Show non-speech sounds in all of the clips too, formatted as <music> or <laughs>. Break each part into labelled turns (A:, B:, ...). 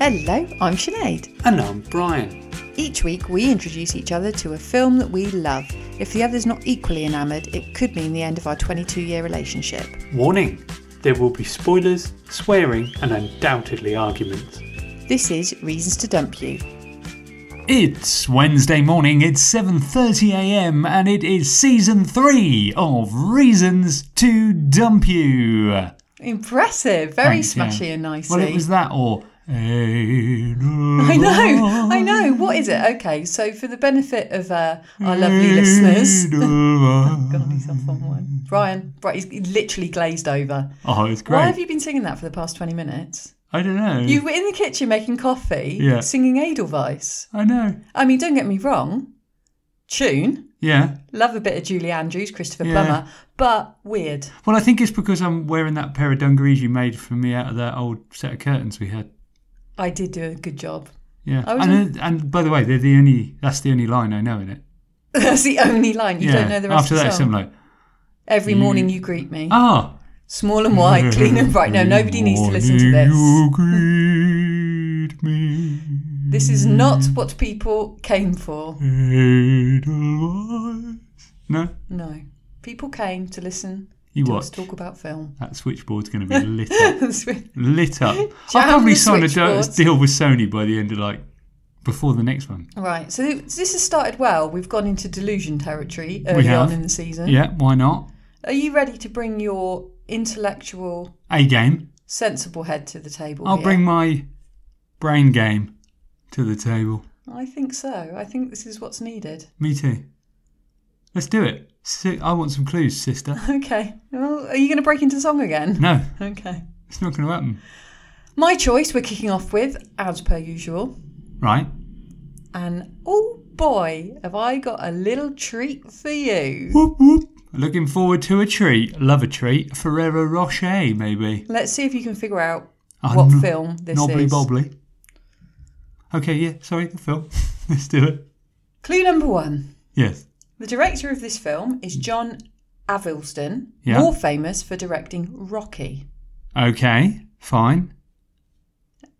A: Hello, I'm Sinead.
B: And I'm Brian.
A: Each week we introduce each other to a film that we love. If the other's not equally enamoured, it could mean the end of our 22 year relationship.
B: Warning there will be spoilers, swearing, and undoubtedly arguments.
A: This is Reasons to Dump You.
C: It's Wednesday morning, it's 7:30 a.m. and it is season 3 of Reasons to Dump You.
A: Impressive, very
C: Thanks, yeah.
A: smashy and nicey.
C: Well, it was that or I
A: <laughs> I know, I know. What is it? Okay, so for the benefit of uh, our lovely
C: <laughs>
A: listeners,
C: Oh,
A: God, he's off on one. Brian, Brian, he's literally glazed over.
C: Oh, it's
A: Why
C: great.
A: have you been singing that for the past 20 minutes?
C: I don't know.
A: You were in the kitchen making coffee,
C: Yeah.
A: singing Edelweiss.
C: I know.
A: I mean, don't get me wrong, tune,
C: Yeah.
A: love a bit of Julie Andrews, Christopher
C: Yeah.
A: Plummer, but weird.
C: Well, I think it's because I'm wearing that pair of dungarees you made for me out of that old set of curtains we had.
A: I did do a good job. <laughs>
C: Yeah.
A: I was
C: And, and by the way, they're the only that's the only line I know in it.
A: That's the only line. You
C: yeah.
A: don't know the rest
C: After
A: of the
C: that, it's
A: song.
C: something like,
A: Every morning you greet me.
C: ah,
A: Small and
C: <laughs>
A: wide, clean and bright. No, nobody needs to listen to this.
C: You greet me,
A: This is not what people came for.
C: Edelweiss. No,
A: No. People came to listen
C: you
A: to us
C: watch.
A: talk about film. <laughs>
C: That switchboard's going to be lit up.
A: That's weird.
C: lit up.
A: Jam
C: I'll probably
A: the
C: sign a do-
A: switchboard.
C: deal with Sony by the end of like before the next one.
A: right, so th- this has started well. We've gone into delusion territory early
C: have.
A: on in the season.
C: Yeah, why not?
A: Are you ready to bring your intellectual,
C: A game.
A: sensible head to the table?
C: I'll
A: here?
C: bring my brain game to the table.
A: I think so. I think this is what's needed. <laughs>
C: Me too. Let's do it. Si- I want some clues,
A: <laughs>
C: sister.
A: Okay. Well, are you going to break into song again? <laughs>
C: No,
A: Okay.
C: it's not going to happen.
A: My choice. We're kicking off with, as per usual,
C: Right?
A: and oh boy, have I got a little treat for you.
C: Whoop whoop. Looking forward to a treat. Love a treat. Ferrero Rocher, maybe.
A: Let's see if you can figure out
C: Oh,
A: what
C: no-
A: film this
C: Knobbly
A: is.
C: bobbly. Okay, yeah, sorry, the film. <laughs> Let's do it.
A: Clue number one.
C: Yes.
A: The director of this film is John Avildsen,
C: Yeah.
A: more famous for directing Rocky.
C: Okay, fine.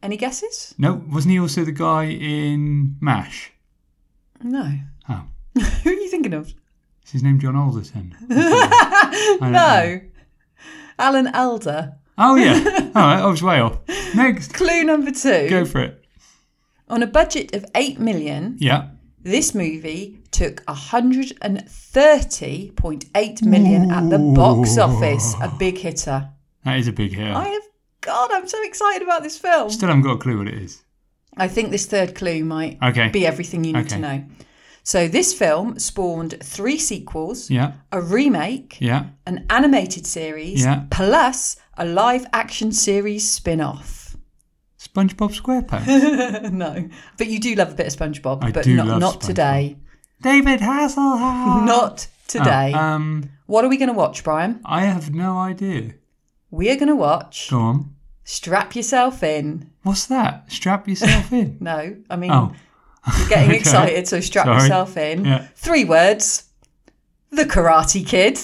A: Any guesses?
C: No, wasn't he also the guy in MASH?
A: No. <laughs>
C: Oh,
A: Who are you thinking of?
C: is his name
A: <laughs>
C: John Alderton? don't
A: no. Alan Elder. <laughs>
C: Oh, yeah. All right, I was way off. Next.
A: Clue number two. <laughs>
C: Go for it.
A: On a budget of 8 million,
C: Yeah.
A: this movie took 130.8 million at the box
C: Ooh.
A: office. A big hitter.
C: That is a big hit.
A: I have, God, I'm so excited about this film.
C: Still haven't got a clue what it is.
A: I think this third clue might
C: Okay.
A: be everything you need to
C: Okay.
A: know. So, this film spawned three sequels,
C: Yeah,
A: a remake,
C: yeah.
A: an animated series,
C: Yeah.
A: plus a live action series spin off.
C: SpongeBob
A: <laughs>
C: SquarePants.
A: no, but you do love a bit of SpongeBob,
C: I
A: but
C: do
A: not,
C: love
A: not today.
C: David Hasselhoff.
A: Not today.
C: Oh, um,
A: what are we going to watch, Brian?
C: I have no idea.
A: We are going to watch
C: Go on.
A: Strap Yourself In.
C: What's that? Strap yourself
A: <laughs>
C: in.
A: No, I mean,
C: Oh,
A: you're getting
C: <laughs> okay.
A: excited, so strap
C: Sorry.
A: yourself in.
C: Yeah.
A: Three words The Karate Kid.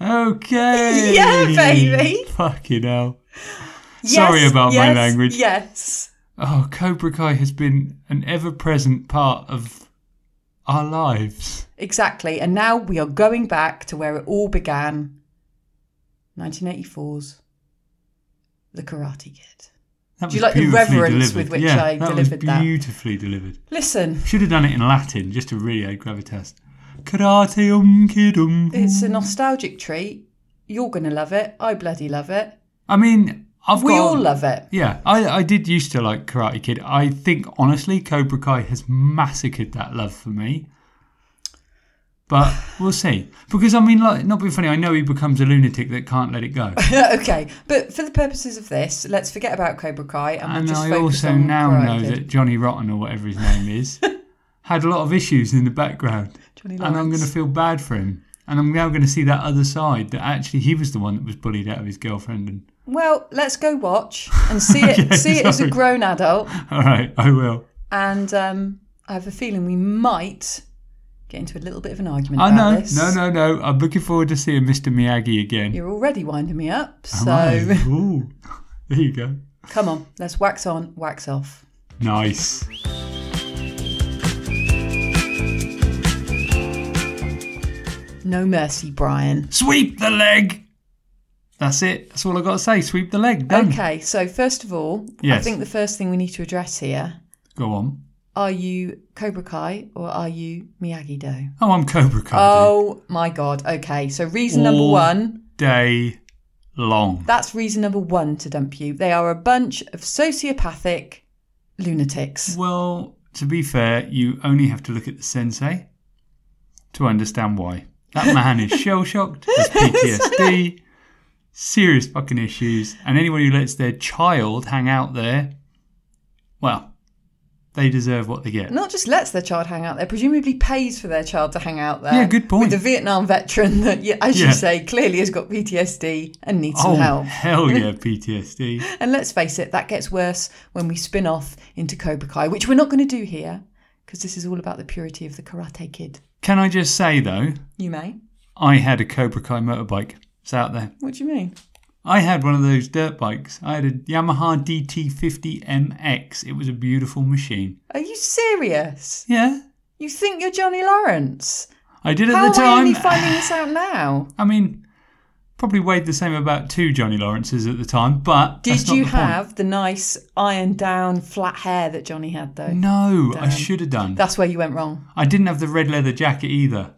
C: okay.
A: <laughs> Yeah, baby.
C: Fucking hell. Sorry about my language.
A: Yes.
C: Oh, Cobra Kai has been an ever-present part of our lives.
A: Exactly. And now we are going back to where it all began 1984's The Karate Kid.
C: That
A: Do you
C: was
A: like the
C: beautifully
A: reverence with
C: delivered.
A: which
C: yeah,
A: I
C: that
A: delivered
C: was
A: that?
C: beautifully delivered.
A: Listen,
C: Should have done it in Latin just to really add gravitas. Karate um
A: <laughs>
C: kidum.
A: it's a nostalgic treat. You're going to love it. I bloody love it.
C: I mean, I've
A: We
C: got.
A: all love it.
C: <laughs> Yeah, I, I did used to like Karate Kid. I think honestly, Cobra Kai has massacred that love for me. But we'll see. Because I mean, like, not being funny, I know he becomes a lunatic that can't let it
A: <laughs>
C: go.
A: okay, but for the purposes of this, let's forget about Cobra Kai and, we'll
C: And
A: just
C: I
A: focus
C: also
A: on
C: now
A: Karate
C: know
A: Kid.
C: that Johnny Rotten or whatever his
A: <laughs>
C: name is had a lot of issues in the background,
A: Johnny
C: and I'm
A: Lawrence.
C: going to feel bad for him. And I'm now going to see that other side that actually he was the one that was bullied out of his girlfriend. And <laughs>
A: Well, let's go watch and see it.
C: Okay,
A: see it as a
C: sorry.
A: grown adult,
C: all right, I will.
A: and um, I have a feeling we might get into a little bit of an argument.
C: I
A: about
C: know,
A: this.
C: no, no, no. I'm looking forward to seeing Mr. Miyagi
A: <laughs>
C: again.
A: You're already winding me up, so
C: Am I? Ooh. there you go.
A: Come on, let's wax on, wax off.
C: Nice.
A: No mercy, Brian.
C: Sweep the leg. That's it. That's all I got to say. Sweep the leg. Done.
A: Okay, so first of all, I
C: Yes.
A: think the first thing we need to address here
C: Go on.
A: are you Cobra Kai or are you Miyagi Do?
C: Oh, I'm Cobra Kai.
A: Oh my God. Okay, so reason number
C: All
A: one
C: Day long.
A: that's reason number one to dump you. They are a bunch of sociopathic lunatics.
C: Well, to be fair, you only have to look at the sensei to understand why. That man
A: <laughs>
C: is shell shocked, has PTSD, serious fucking issues, and anyone who lets their child hang out there, well, they deserve what they get.
A: Not just lets their child hang out there, presumably pays for their child to hang out there.
C: Yeah, good point.
A: With a Vietnam veteran that, yeah, as you
C: Yeah.
A: say, clearly has got PTSD and needs
C: oh,
A: some help. <laughs>
C: hell yeah, PTSD.
A: And let's face it, that gets worse when we spin off into Cobra Kai, which we're not going to do here because this is all about the purity of the Karate Kid.
C: Can I just say, though,
A: You may.
C: I had a Cobra Kai motorbike. It's out there.
A: What do you mean?
C: I had one of those dirt bikes. I had a Yamaha DT50MX. It was a beautiful machine.
A: Are you serious?
C: Yeah,
A: You think you're Johnny Lawrence?
C: I did at
A: How am
C: the
A: I
C: time.
A: only finding this out now?
C: I mean, probably weighed the same about two Johnny Lawrences at the time, but <sighs> that's
A: Did
C: not
A: you
C: the point.
A: have the nice iron down flat hair that Johnny had though?
C: Mm. No, I
A: Damn.
C: should have done.
A: That's where you went wrong.
C: I didn't have the red leather jacket either.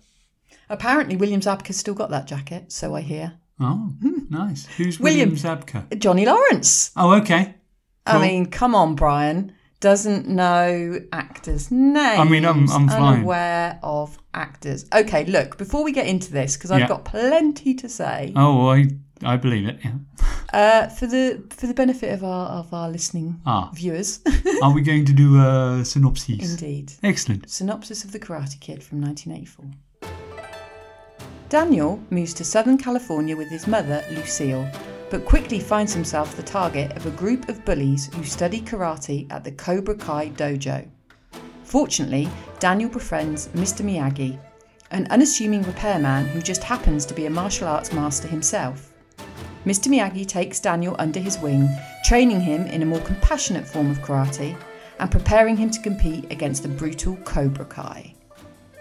A: Apparently, William Zabka's still got that jacket, so I hear.
C: Oh, nice. Who's
A: William.
C: William Zabka?
A: Johnny Lawrence.
C: Oh, okay.
A: I
C: Cool.
A: mean, come on, Brian. Doesn't know actors' names.
C: mean, I'm- I'm flying.
A: unaware of actors. Okay, look. Before we get into this, because I've
C: Yeah.
A: got plenty to say
C: Oh, I I believe it. Yeah.
A: uh, for the for the benefit of our of our listening
C: Ah,
A: viewers. <laughs>
C: are we going to do a synopsis?
A: Indeed.
C: Excellent.
A: Synopsis of The Karate Kid from 1984. Daniel moves to Southern California with his mother, Lucille, but quickly finds himself the target of a group of bullies who study karate at the Cobra Kai dojo. Fortunately, Daniel befriends Mr. Miyagi, an unassuming repairman who just happens to be a martial arts master himself. Mr. Miyagi takes Daniel under his wing, training him in a more compassionate form of karate and preparing him to compete against the brutal Cobra Kai.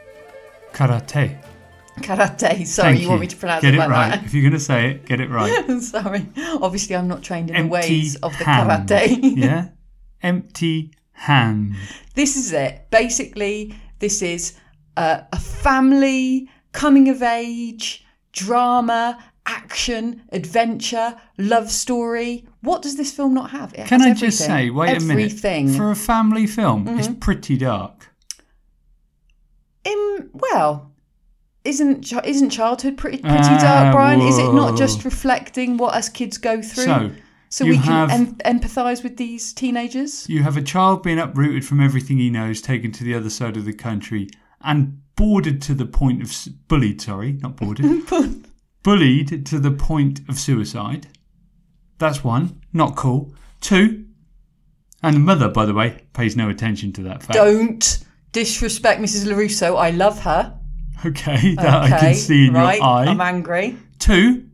A: <laughs>
C: Karate.
A: Karate, sorry,
C: Thank
A: you, want me to pronounce it
C: Get it
A: like
C: right. If you're going to say it, get it right.
A: that? <laughs> sorry. Obviously, I'm not trained in
C: Empty
A: the <laughs> ways of the
C: hand.
A: karate.
C: yeah. Empty hand.
A: <laughs> this is it. Basically, this is a, a family coming of age drama, action, adventure, love story. What does this film not have? It
C: Can I
A: has
C: just
A: everything.
C: say, wait
A: everything. Mm-hmm.
C: a minute. For a family film, it's pretty dark.
A: Um, well, isn't chi- isn't childhood pretty pretty
C: Ah,
A: dark, Brian? Is it not just
C: whoa.
A: reflecting what us kids go through?
C: So,
A: So
C: you
A: we can
C: have-
A: em- empathise with these teenagers.
C: you have a child being uprooted from everything he knows, taken to the other side of the country, and boarded to the point of. s- bullied, sorry,
A: <laughs>
C: not boarded. bullied to the point of suicide. That's one. Not cool. Two. And the mother, by the way, pays no attention to that fact.
A: Don't disrespect Mrs. Larusso. I love her.
C: Okay, that <laughs> I
A: Okay,
C: can see in
A: right?
C: your eye.
A: I'm angry.
C: Two,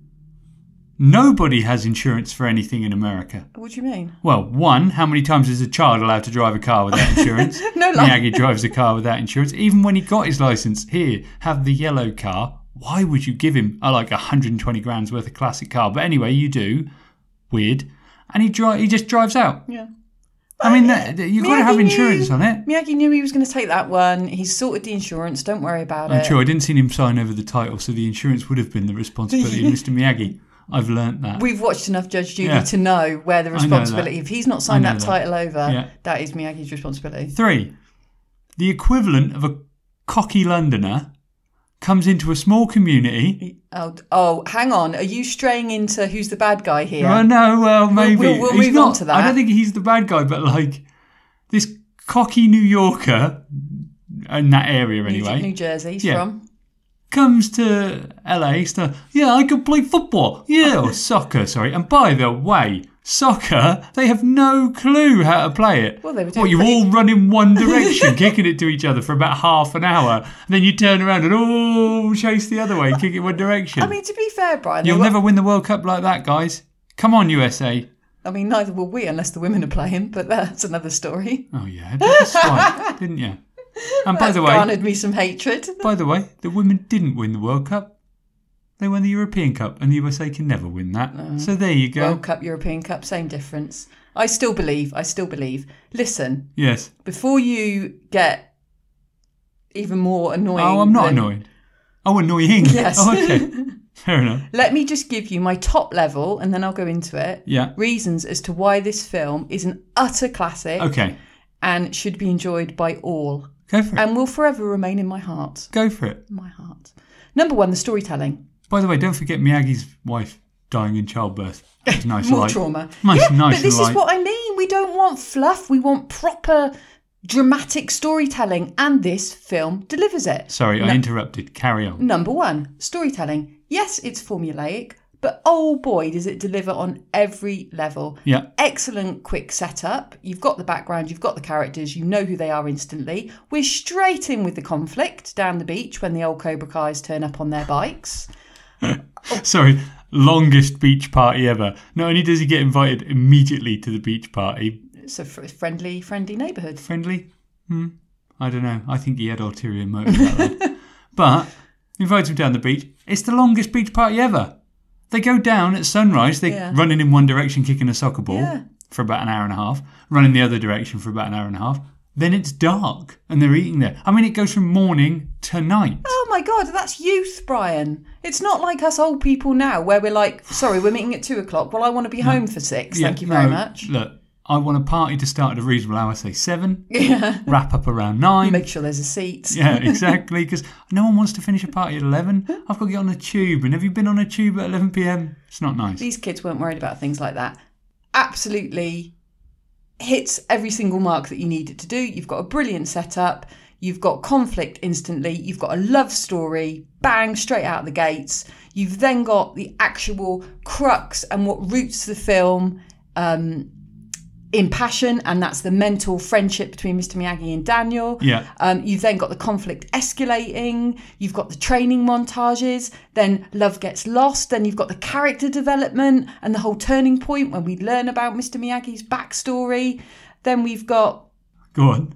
C: nobody has insurance for anything in America.
A: What do you mean?
C: Well, one, how many times is a child allowed to drive a
A: <laughs>
C: car without insurance?
A: No lie.
C: Miyagi drives a car without insurance. Even when he got his license, here, have the yellow car. Why would you give him uh, like 120 grand's worth of classic car? But anyway, you do. Weird. And he dri- he just drives out.
A: Yeah.
C: I mean, that, that- you've got to have
A: Miyagi
C: insurance on it.
A: Miyagi knew he was going to take that one. He's sorted the insurance. Don't worry about
C: I'm
A: it.
C: sure I didn't see him sign over the title, so the insurance would have been
A: <laughs>
C: the responsibility of Mr. Miyagi. I've learnt that.
A: We've watched enough Judge Judy
C: Yeah.
A: to know where the
C: that.
A: responsibility. If he's not signed
C: I
A: that,
C: know that.
A: title over,
C: Yeah.
A: that is Miyagi's responsibility.
C: Three, the equivalent of a cocky Londoner comes into a small community.
A: Oh, oh, hang on. Are you straying into who's the bad guy here?
C: Oh no, well maybe
A: we'll- we'll
C: he's
A: move on
C: not.
A: to that.
C: I don't think he's the bad guy, but like this cocky New Yorker in that area
A: New,
C: anyway
A: New Jersey. He's
C: Yeah.
A: from.
C: comes to LA. So, yeah, I can play football.
A: <laughs>
C: Yeah, or soccer. Sorry. And by the way. Soccer, they have no clue how to play it.
A: Well, they were doing
C: what, you
A: pretty-
C: all run in one
A: <laughs>
C: direction, kicking it to each other for about half an hour, and then you turn around and all chase the other way, kick it one direction.
A: I mean, to be fair, Brian, they
C: You'll
A: were-
C: never win the World Cup like that, guys. Come on, USA.
A: I mean, neither will we unless the women are playing, but that's another story.
C: Oh yeah, did
A: <laughs>
C: the strike, didn't you? And by
A: That's
C: the way,
A: garnered me some
C: <laughs>
A: hatred.
C: by the way, the women didn't win the World Cup. They won the European Cup, and the USA can never win that.
A: Uh,
C: So there you go.
A: World Cup, European Cup, same difference. I still believe. I still believe. Listen,
C: yes.
A: before you get even more annoying.
C: Oh, I'm not
A: than-
C: annoyed. Oh, annoying.
A: <laughs> Yes.
C: Oh, okay. Fair enough.
A: <laughs> Let me just give you my top level, and then I'll go into it.
C: Yeah.
A: Reasons as to why this film is an utter classic
C: Okay.
A: and should be enjoyed by all,
C: Go for it.
A: and will forever remain in my heart.
C: Go for it.
A: My heart. Number one, the storytelling.
C: By the way, don't forget Miyagi's wife dying in childbirth. It's nice.
A: <laughs> More
C: light.
A: trauma.
C: Nice,
A: yeah,
C: nice
A: but this
C: light.
A: is what I mean. We don't want fluff. We want proper dramatic storytelling, and this film delivers it.
C: Sorry, I interrupted. Carry on.
A: Number one, storytelling. Yes, it's formulaic, but oh boy, does it deliver on every level.
C: Yeah.
A: Excellent quick setup. You've got the background, you've got the characters, you know who they are instantly. We're straight in with the conflict down the beach when the old Cobra Kai's turn up on their bikes.
C: Sorry. Longest beach party ever. Not only does he get invited immediately to the beach party,
A: It's a fr- friendly, friendly neighbourhood.
C: friendly. Hmm. I don't know. I think he had ulterior motives. that
A: <laughs>
C: lad. but invites him down the beach. It's the longest beach party ever. They go down at sunrise. They're
A: Yeah.
C: running in one direction, kicking a soccer ball
A: Yeah.
C: for about an hour and a half. Running the other direction for about an hour and a half. Then it's dark and they're eating there. I mean, it goes from morning to night.
A: Oh my god, that's youth, Brian. It's not like us old people now where we're like, sorry, we're meeting at two o'clock. Well, I want to be home for six. Thank you
C: Yeah,
A: very
C: no,
A: much.
C: Look, I want a party to start at a reasonable hour,
A: <laughs>
C: say seven. Wrap up around nine.
A: Make sure there's a seat. <laughs>
C: Yeah, exactly. Because no one wants to finish a party at 11. I've got to get on a tube. And have you been on a tube at 11 pm? It's not nice.
A: these kids weren't worried about things like that. Absolutely hits every single mark that you need it to do. You've got a brilliant setup, you've got conflict instantly, you've got a love story, bang, straight out of the gates. You've then got the actual crux and what roots the film um, in passion, and that's the mental friendship between Mr. Miyagi and Daniel.
C: Yeah.
A: Um, you've then got the conflict escalating. You've got the training montages. Then love gets lost. Then you've got the character development and the whole turning point when we learn about Mr. Miyagi's backstory. Then we've got
C: Go on.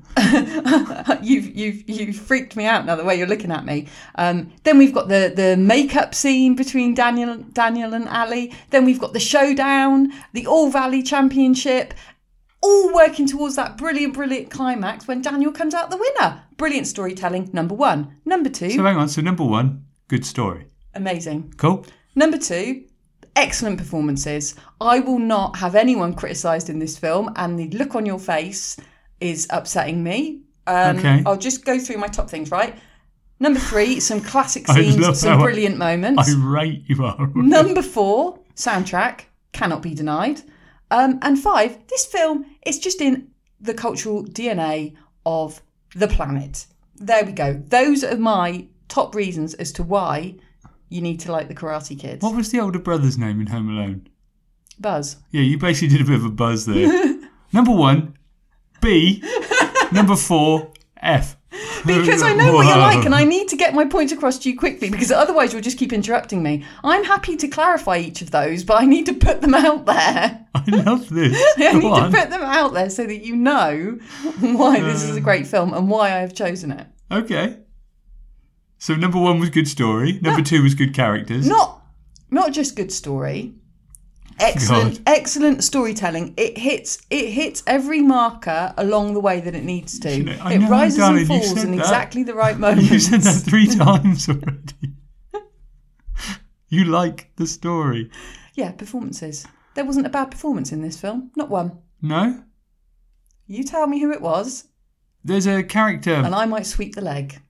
A: you've you've you've freaked me out now the way you're looking at me. Um, then we've got the the makeup scene between Daniel Daniel and Ali. Then we've got the showdown, the All Valley Championship, all working towards that brilliant brilliant climax when Daniel comes out the winner. Brilliant storytelling. Number one. Number two.
C: So hang on. So, number one, good story.
A: amazing.
C: Cool.
A: Number two. Excellent performances. I will not have anyone criticised in this film, and the look on your face is upsetting me. Um,
C: Okay.
A: I'll just go through my top things, right? Number three, some classic
C: <laughs> I love
A: scenes, some
C: how I- <laughs>
A: brilliant moments.
C: Irate
A: <laughs>
C: you are.
A: Number four, soundtrack, cannot be denied. Um, and five, this film is just in the cultural DNA of the planet. There we go. Those are my top reasons as to why you need to like the Karate Kids.
C: What was the older brother's name in Home Alone? <laughs>
A: Buzz.
C: Yeah, you basically did a bit of a buzz there.
A: <laughs>
C: number one, B. number four, F.
A: Because I know what you're like, and I need to get my point across to you quickly, because otherwise you'll just keep interrupting me. I'm happy to clarify each of those, but I need to put them out there.
C: <laughs> I love this.
A: <laughs> I
C: Oh, Go
A: need to
C: on.
A: put them out there so that you know <laughs> why this is a great
C: Um.
A: film and why I have chosen it.
C: Okay. So number one was good story. Number
A: Ah.
C: two was good characters.
A: Not, not just good story. Excellent, excellent storytelling. It hits, it hits every marker along the way that it needs to.
C: You know, I
A: it
C: know,
A: rises
C: darling, you
A: and falls
C: said
A: in
C: that.
A: exactly the right moment.
C: <laughs> You said that three times already. you like the story.
A: Yeah, performances. There wasn't a bad performance in this film. Not one.
C: No?
A: You tell me who it was,
C: There's a character.
A: and I might sweep the leg.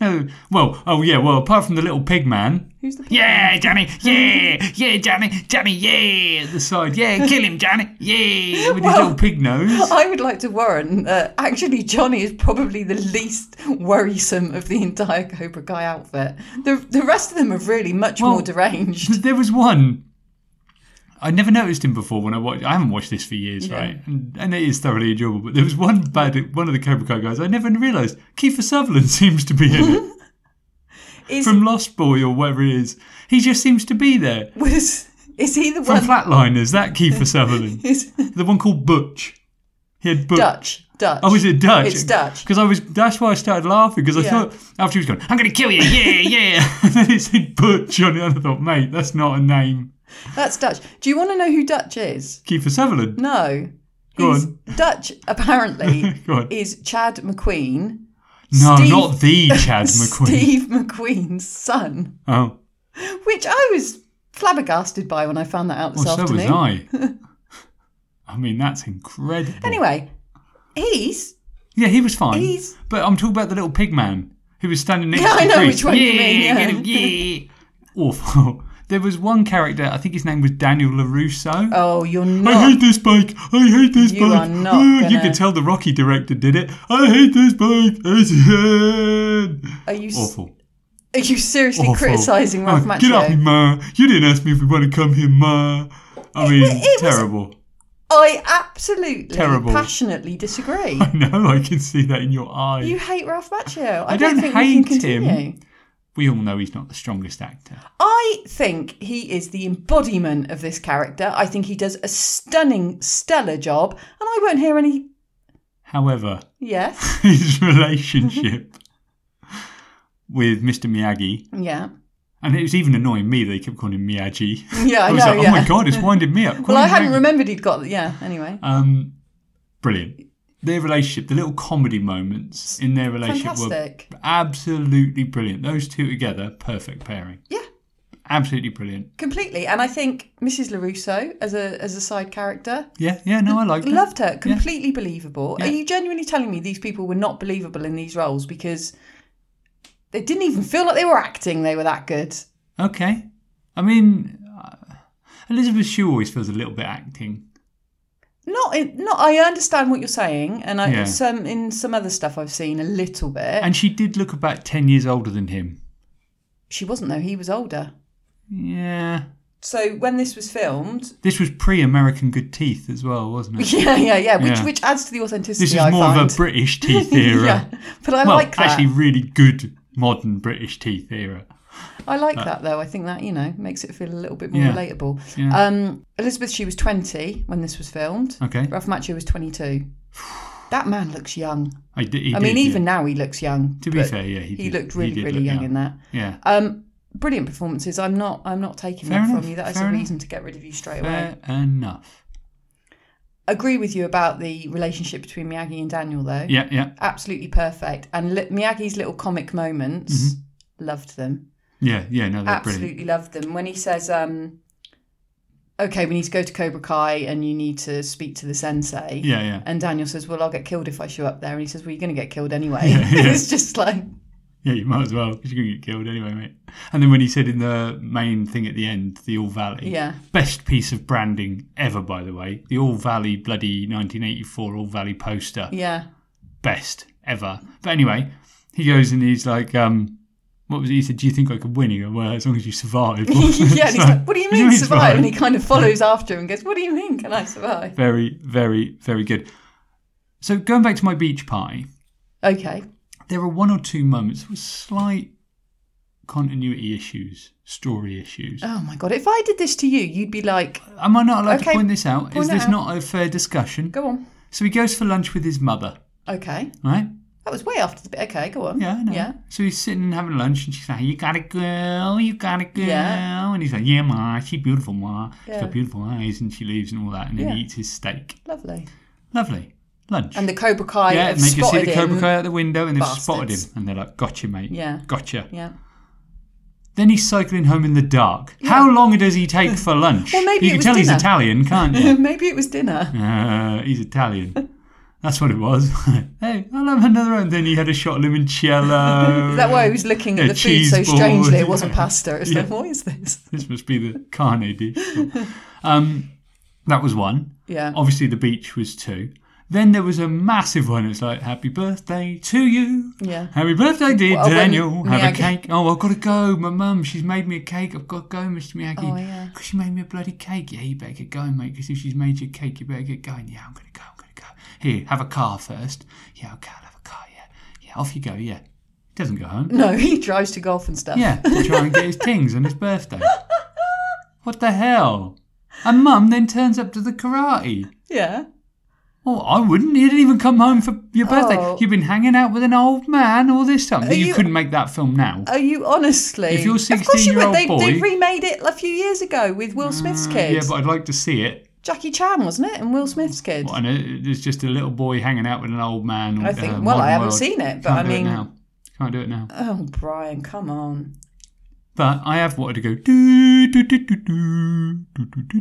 C: No. Well, oh yeah, well, apart from the little pig man.
A: Who's the
C: Yeah, Johnny. Yeah. Yeah, Johnny. Johnny, yeah. At the side. Yeah, kill him, Johnny. Yeah. With his
A: Well-
C: little pig nose.
A: <laughs> I would like to warrant that actually Johnny is probably the least worrisome of the entire Cobra Kai outfit. The the rest of them are really much
C: Well-
A: more deranged.
C: there was one. I never noticed him before when I watched. I haven't watched this for years, right? And, and it is thoroughly enjoyable. But there was one bad, one of the Cobra Kai guys. I never realised Kiefer Sutherland <laughs> seems to be in it
A: Is <laughs>
C: from Lost Boy or whatever it is. He just seems to be there.
A: was Is he the one?
C: From Flatliners, that Kiefer Sutherland. <laughs>
A: is-
C: the one called Butch. He had Butch.
A: Dutch. Dutch.
C: Oh, is it Dutch?
A: It's Dutch.
C: Because I was. That's why I started laughing because I
A: Yeah.
C: thought after he was going, "I'm going to kill you, yeah, yeah," <laughs> and then it said Butch on it, and I thought, "Mate, that's not a name."
A: That's Dutch. Do you want to know who Dutch is?
C: Kiefer Sutherland. <laughs>
A: No.
C: Go
A: He's-
C: on.
A: Dutch apparently
C: <laughs> Go on.
A: is Chad McQueen.
C: No,
A: Steve- <laughs>
C: not the Chad McQueen.
A: Steve McQueen's son,
C: Oh,
A: which I was flabbergasted by when I found that out this
C: well, so was
A: afternoon.
C: I.
A: <laughs>
C: I mean, that's incredible.
A: Anyway, he's
C: yeah, he was fine.
A: he's-
C: But I'm talking about the little pig man who was standing next
A: Yeah,
C: to
A: <laughs>
C: the
A: I know
C: tree.
A: which one
C: yeah,
A: you mean, yeah.
C: Get him, yeah. Awful. <laughs> There was one character, I think his name was Daniel LaRusso.
A: oh, you're
C: I hate
A: not.
C: this bike. I hate this
A: You
C: bike.
A: are not
C: Ah, You
A: gonna-
C: can tell the Rocky director did it. I hate this bike. It's bad."
A: Are you s-
C: awful.
A: are you seriously
C: Awful.
A: criticising Ralph
C: Oh,
A: Macchio?
C: <laughs> Get off me, ma. You didn't ask me if we want to come here, ma. I mean,
A: it was-
C: terrible. <laughs>
A: I absolutely,
C: Terrible.
A: passionately disagree.
C: <laughs> I know. I can see that in your eyes.
A: you hate Ralph Macchio. I,
C: I
A: don't,
C: don't
A: think we can
C: hate him.
A: continue.
C: We all know he's not the strongest actor.
A: I think he is the embodiment of this character. I think he does a stunning, stellar job, and I won't hear any
C: However,
A: yes,
C: his <laughs> relationship with Mr. Miyagi,
A: yeah, <laughs>
C: and it was even annoying me. They kept calling him Miyagi. <laughs>
A: yeah. I,
C: was
A: know.
C: like,
A: yeah.
C: oh my god, it's winding me up. Call
A: <laughs> Well, I
C: him
A: hadn't
C: Miyagi.
A: remembered he'd got. Yeah. Anyway,
C: Um, brilliant. Their relationship, the little comedy moments in their relationship
A: Fantastic.
C: were absolutely brilliant. Those two together, perfect pairing.
A: Yeah.
C: Absolutely brilliant.
A: completely. And I think Mrs. Larusso as a as a side character
C: Yeah, yeah, no, I like
A: loved her. Completely believable.
C: Yeah.
A: Are you genuinely telling me these people were not believable in these roles because they didn't even feel like they were acting? They were that good.
C: Okay. I mean, uh, Elizabeth Shue always feels a little bit acting.
A: Not, in, not. I understand what you're saying, and I,
C: Yeah.
A: some in some other stuff I've seen a little bit.
C: And she did look about 10 years older than him.
A: she wasn't though; he was older.
C: Yeah.
A: So when this was filmed, <laughs>
C: This was pre American Good Teeth as well, wasn't it?
A: yeah, yeah, yeah, which
C: Yeah.
A: which adds to the authenticity.
C: This is
A: I
C: more
A: find.
C: of a
A: <laughs>
C: British teeth era.
A: yeah, but I
C: well,
A: like that.
C: actually, really good modern British teeth era.
A: I like that though. I think that you know makes it feel a little bit more
C: uh, Yeah.
A: relatable.
C: Yeah. Uh-huh.
A: Um, Elizabeth, she was 20 when this was filmed.
C: Okay.
A: Ralph Macchio was 22. That man looks young.
C: I, did, he
A: I
C: did,
A: mean,
C: yeah.
A: even now he looks young.
C: To be
A: but
C: fair, yeah, he,
A: he
C: did-
A: looked really,
C: did
A: really
C: look
A: young in that.
C: Yeah,
A: Um, brilliant performances. I'm not. I'm not taking
C: Fair
A: that
C: enough,
A: from you. That is
C: fair
A: a
C: enough.
A: reason to get rid of you straight away.
C: fair enough.
A: Agree with you about the relationship between Miyagi and Daniel, though.
C: Yeah, yeah,
A: Absolutely perfect. And li- Miyagi's little comic moments, loved them.
C: yeah, Mm-hmm. yeah. No, they're brilliant.
A: Absolutely loved them. When he says, um, "Okay, we need to go to Cobra Kai, and you need to speak to the sensei."
C: Yeah, yeah,
A: And Daniel says, "Well, I'll get killed if I show up there." And he says, "Well, you're going to get killed anyway."
C: <laughs> Yeah, yeah.
A: it's just like,
C: yeah. You might as well because you're gonna get killed anyway, mate. And then when he said in the main thing at the end, the All Valley,
A: Yeah.
C: best piece of branding ever, by the way. The All Valley bloody 1984 All Valley poster. <laughs>
A: yeah, <laughs>
C: best ever. But anyway, he goes and he's like, um, what was it? He said, Do you think I could win? He goes, Well, as long as you
A: <laughs>
C: survive. <laughs>
A: yeah. And he's like, "What do you mean survive?" And he
C: survive?
A: kind of follows after him and goes, "What do you mean? Can I survive?"
C: Very, very, very good. So going back to my beach party,
A: Okay.
C: there are one or two moments with slight continuity issues, story issues.
A: Oh my god! If I did this to you, you'd be like,
C: Am I not allowed
A: okay,
C: to point this out?
A: point
C: Is
A: it
C: this
A: out.
C: not a fair discussion?
A: "Go on."
C: So he goes for lunch with his mother,
A: Okay.
C: right?
A: That was way after the bit. Okay, go on.
C: Yeah, I know.
A: Yeah.
C: So he's sitting and having lunch, and she's like, "You gotta go, you gotta go,"
A: Yeah.
C: and he's like, "Yeah, ma, she's beautiful, ma. She's
A: Yeah.
C: got beautiful eyes, and she leaves, and all that." And then
A: Yeah.
C: he eats his steak.
A: Lovely.
C: Lovely lunch.
A: And the Cobra Kai
C: yeah,
A: have
C: and they can see
A: spotted
C: the Cobra
A: him.
C: Kai out the window, and they've spotted him,
A: Bastards.
C: and they're like, "Gotcha, mate.
A: Yeah.
C: gotcha."
A: Yeah.
C: Then he's cycling home in the dark. How long does he take
A: <laughs>
C: for lunch?
A: Well, maybe it
C: you can
A: was
C: tell he's
A: dinner.
C: Italian, can't
A: <laughs>
C: you?
A: Maybe it was dinner.
C: Uh, he's Italian. That's what it was. <laughs> hey, I'll have another one. Then he had a shot of
A: <laughs>
C: limoncello.
A: Is that why he was looking at
C: Yeah,
A: the food so
C: cheese
A: strangely? It
C: board.
A: wasn't pasta. It was like,
C: Yeah.
A: what is
C: <laughs>
A: this?
C: this must be the carne <laughs> dish. um, that was one.
A: Yeah.
C: Obviously, the beach was two. Then there was a massive one. It's like, happy birthday to you.
A: Yeah.
C: Happy birthday, dear
A: Well, when
C: Daniel. Have a
A: Miyagi-
C: cake. Oh, I've got to go. My mum, she's made me a cake. I've got to go, Mr. Miyagi.
A: Oh, yeah.
C: Because she made me a bloody cake. Yeah, you better get going, mate. Because if she's made you a cake, you better get going. Yeah, I'm going to go. I'm going to go. Here, have a car first. Yeah, okay, I'll have a car. Yeah. Yeah, off you go. Yeah. Doesn't go home.
A: <laughs> No, he drives to golf and stuff.
C: Yeah, to try and get his tings on his birthday. What the hell? And mum then turns up to the karate.
A: Yeah.
C: Oh, I wouldn't. You didn't even come home for your birthday.
A: Oh.
C: You've been hanging out with an old man all this time.
A: Are
C: You,
A: you-
C: couldn't make that film now.
A: Are you honestly?
C: If you're
A: of course you would.
C: 16-year-old
A: They, they
C: boy-
A: remade it a few years ago with Will Smith's kid.
C: yeah, but I'd like to see it.
A: Jackie Chan wasn't it, and Will Smith's kid.
C: Well, I know there's just a little boy hanging out with an old man.
A: I think.
C: uh,
A: well,
C: Modern
A: I haven't
C: World.
A: seen it, but
C: Can't
A: I
C: do
A: mean,
C: it now. can't do it now.
A: oh Brian, come on.
C: But I have wanted to go. Do, do, do, do, do, do, do, do,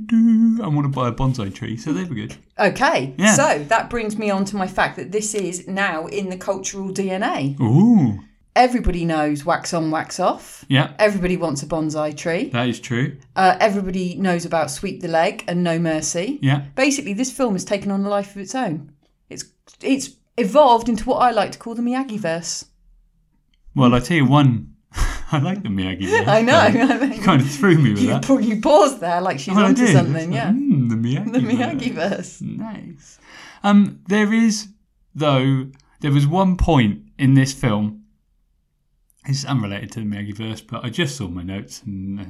C: do. I want to buy a bonsai tree, so there we go.
A: Okay,
C: Yeah.
A: so that brings me on to my fact that this is now in the cultural DNA.
C: Ooh,
A: Everybody knows wax on, wax off.
C: yeah,
A: Everybody wants a bonsai tree.
C: that is true.
A: Uh, everybody knows about Sweep the Leg and No Mercy.
C: Yeah,
A: Basically, this film has taken on a life of its own. It's it's evolved into what I like to call the Miyagi verse.
C: well, I tell you one. <laughs> I like the Miyagi. verse,
A: Hmm. <laughs> I know.
C: though. You kind of threw me with
A: you,
C: that.
A: pa- you paused there like she's
C: Well, I
A: onto
C: did. It's
A: something.
C: like, <laughs>
A: Yeah,
C: "Mm, the Miyagi.
A: the
C: verse."
A: Miyagi verse.
C: Nice. Um, there is though there was one point in this film. It's unrelated to the Miyagiverse, but I just saw my notes and uh,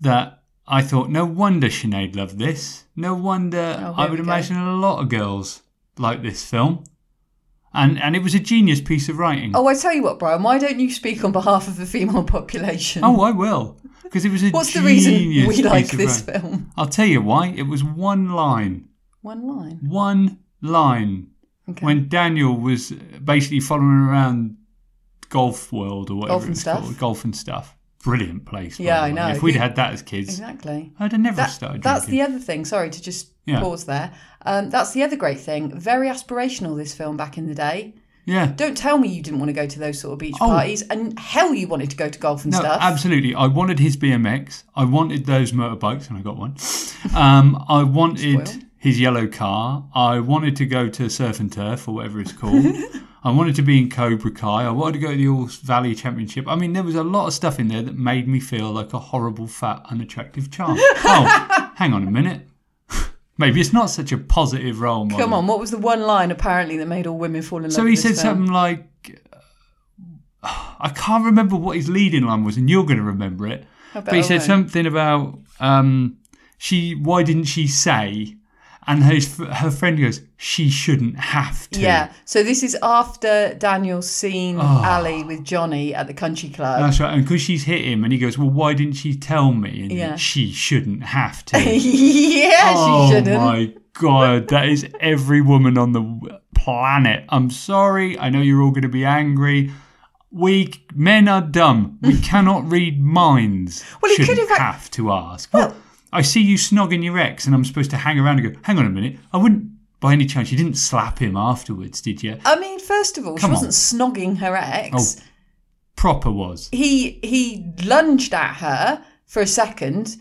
C: that I thought, no wonder Sinead loved this. No wonder
A: Oh,
C: I
A: here
C: would
A: we go.
C: imagine a lot of girls like this film. And and it was a genius piece of writing.
A: Oh, I tell you what, Brian. Why don't you speak on behalf of the female population?
C: Oh, I will because it was a
A: What's the
C: genius
A: reason we
C: piece
A: like
C: of
A: this
C: writing.
A: film?
C: I'll tell you why. It was one line.
A: One line.
C: One line
A: Okay.
C: when Daniel was uh, basically following around golf world or whatever
A: Golf and
C: it's
A: stuff.
C: called, golf and stuff. Brilliant place. by
A: Yeah,
C: the
A: I
C: way.
A: know.
C: If we'd
A: You-
C: had that as kids,
A: exactly.
C: I'd have never
A: That-
C: started
A: that's the
C: drinking.
A: other thing. Sorry to just
C: Yeah.
A: pause there. Um, that's the other great thing. Very aspirational. This film back in the day.
C: yeah.
A: Don't tell me you didn't want to go to those sort of beach
C: Oh.
A: parties, and hell, you wanted to go to golf and
C: No,
A: stuff.
C: absolutely. I wanted his BMX. I wanted those motorbikes, and I got one. Um, I wanted
A: Spoiled.
C: his yellow car. I wanted to go to surf and turf or whatever
A: <laughs>
C: it's called. I wanted to be in Cobra Kai. I wanted to go to the All Valley Championship. I mean, there was a lot of stuff in there that made me feel like a horrible, fat,
A: <laughs>
C: unattractive child. oh, hang on a minute. <laughs> Maybe it's not such a positive role model.
A: Come on, what was the one line apparently that made all women fall in love?
C: So
A: with
C: he
A: this
C: said
A: film?
C: something like, <sighs> I can't remember what his leading line was, and you're going to remember it.
A: bet
C: But he
A: I
C: said
A: won't.
C: something about um, she. Why didn't she say? And her her friend goes, she shouldn't have to.
A: Yeah. So this is after Daniel's seen
C: Ah.
A: Ali with Johnny at the country club.
C: That's right. And because she's hit him, and he goes, well, why didn't she tell me? And
A: Yeah.
C: she shouldn't have
A: <laughs>
C: to.
A: yeah,
C: oh
A: she shouldn't.
C: my god, that is every woman on the w- planet. I'm sorry. I know you're all going to be angry. We men are dumb.
A: <laughs>
C: We cannot read minds.
A: Well, he could
C: Shouldn't
A: have ac-
C: have to ask. Well, I see you snogging your ex, and I'm supposed to hang around and go. Hang on a minute. I wouldn't. By any chance, you didn't slap him afterwards, did you?
A: I mean, first of all,
C: Come
A: she
C: on. Oh.
A: wasn't snogging her ex.
C: Proper was.
A: He he lunged at her for a second.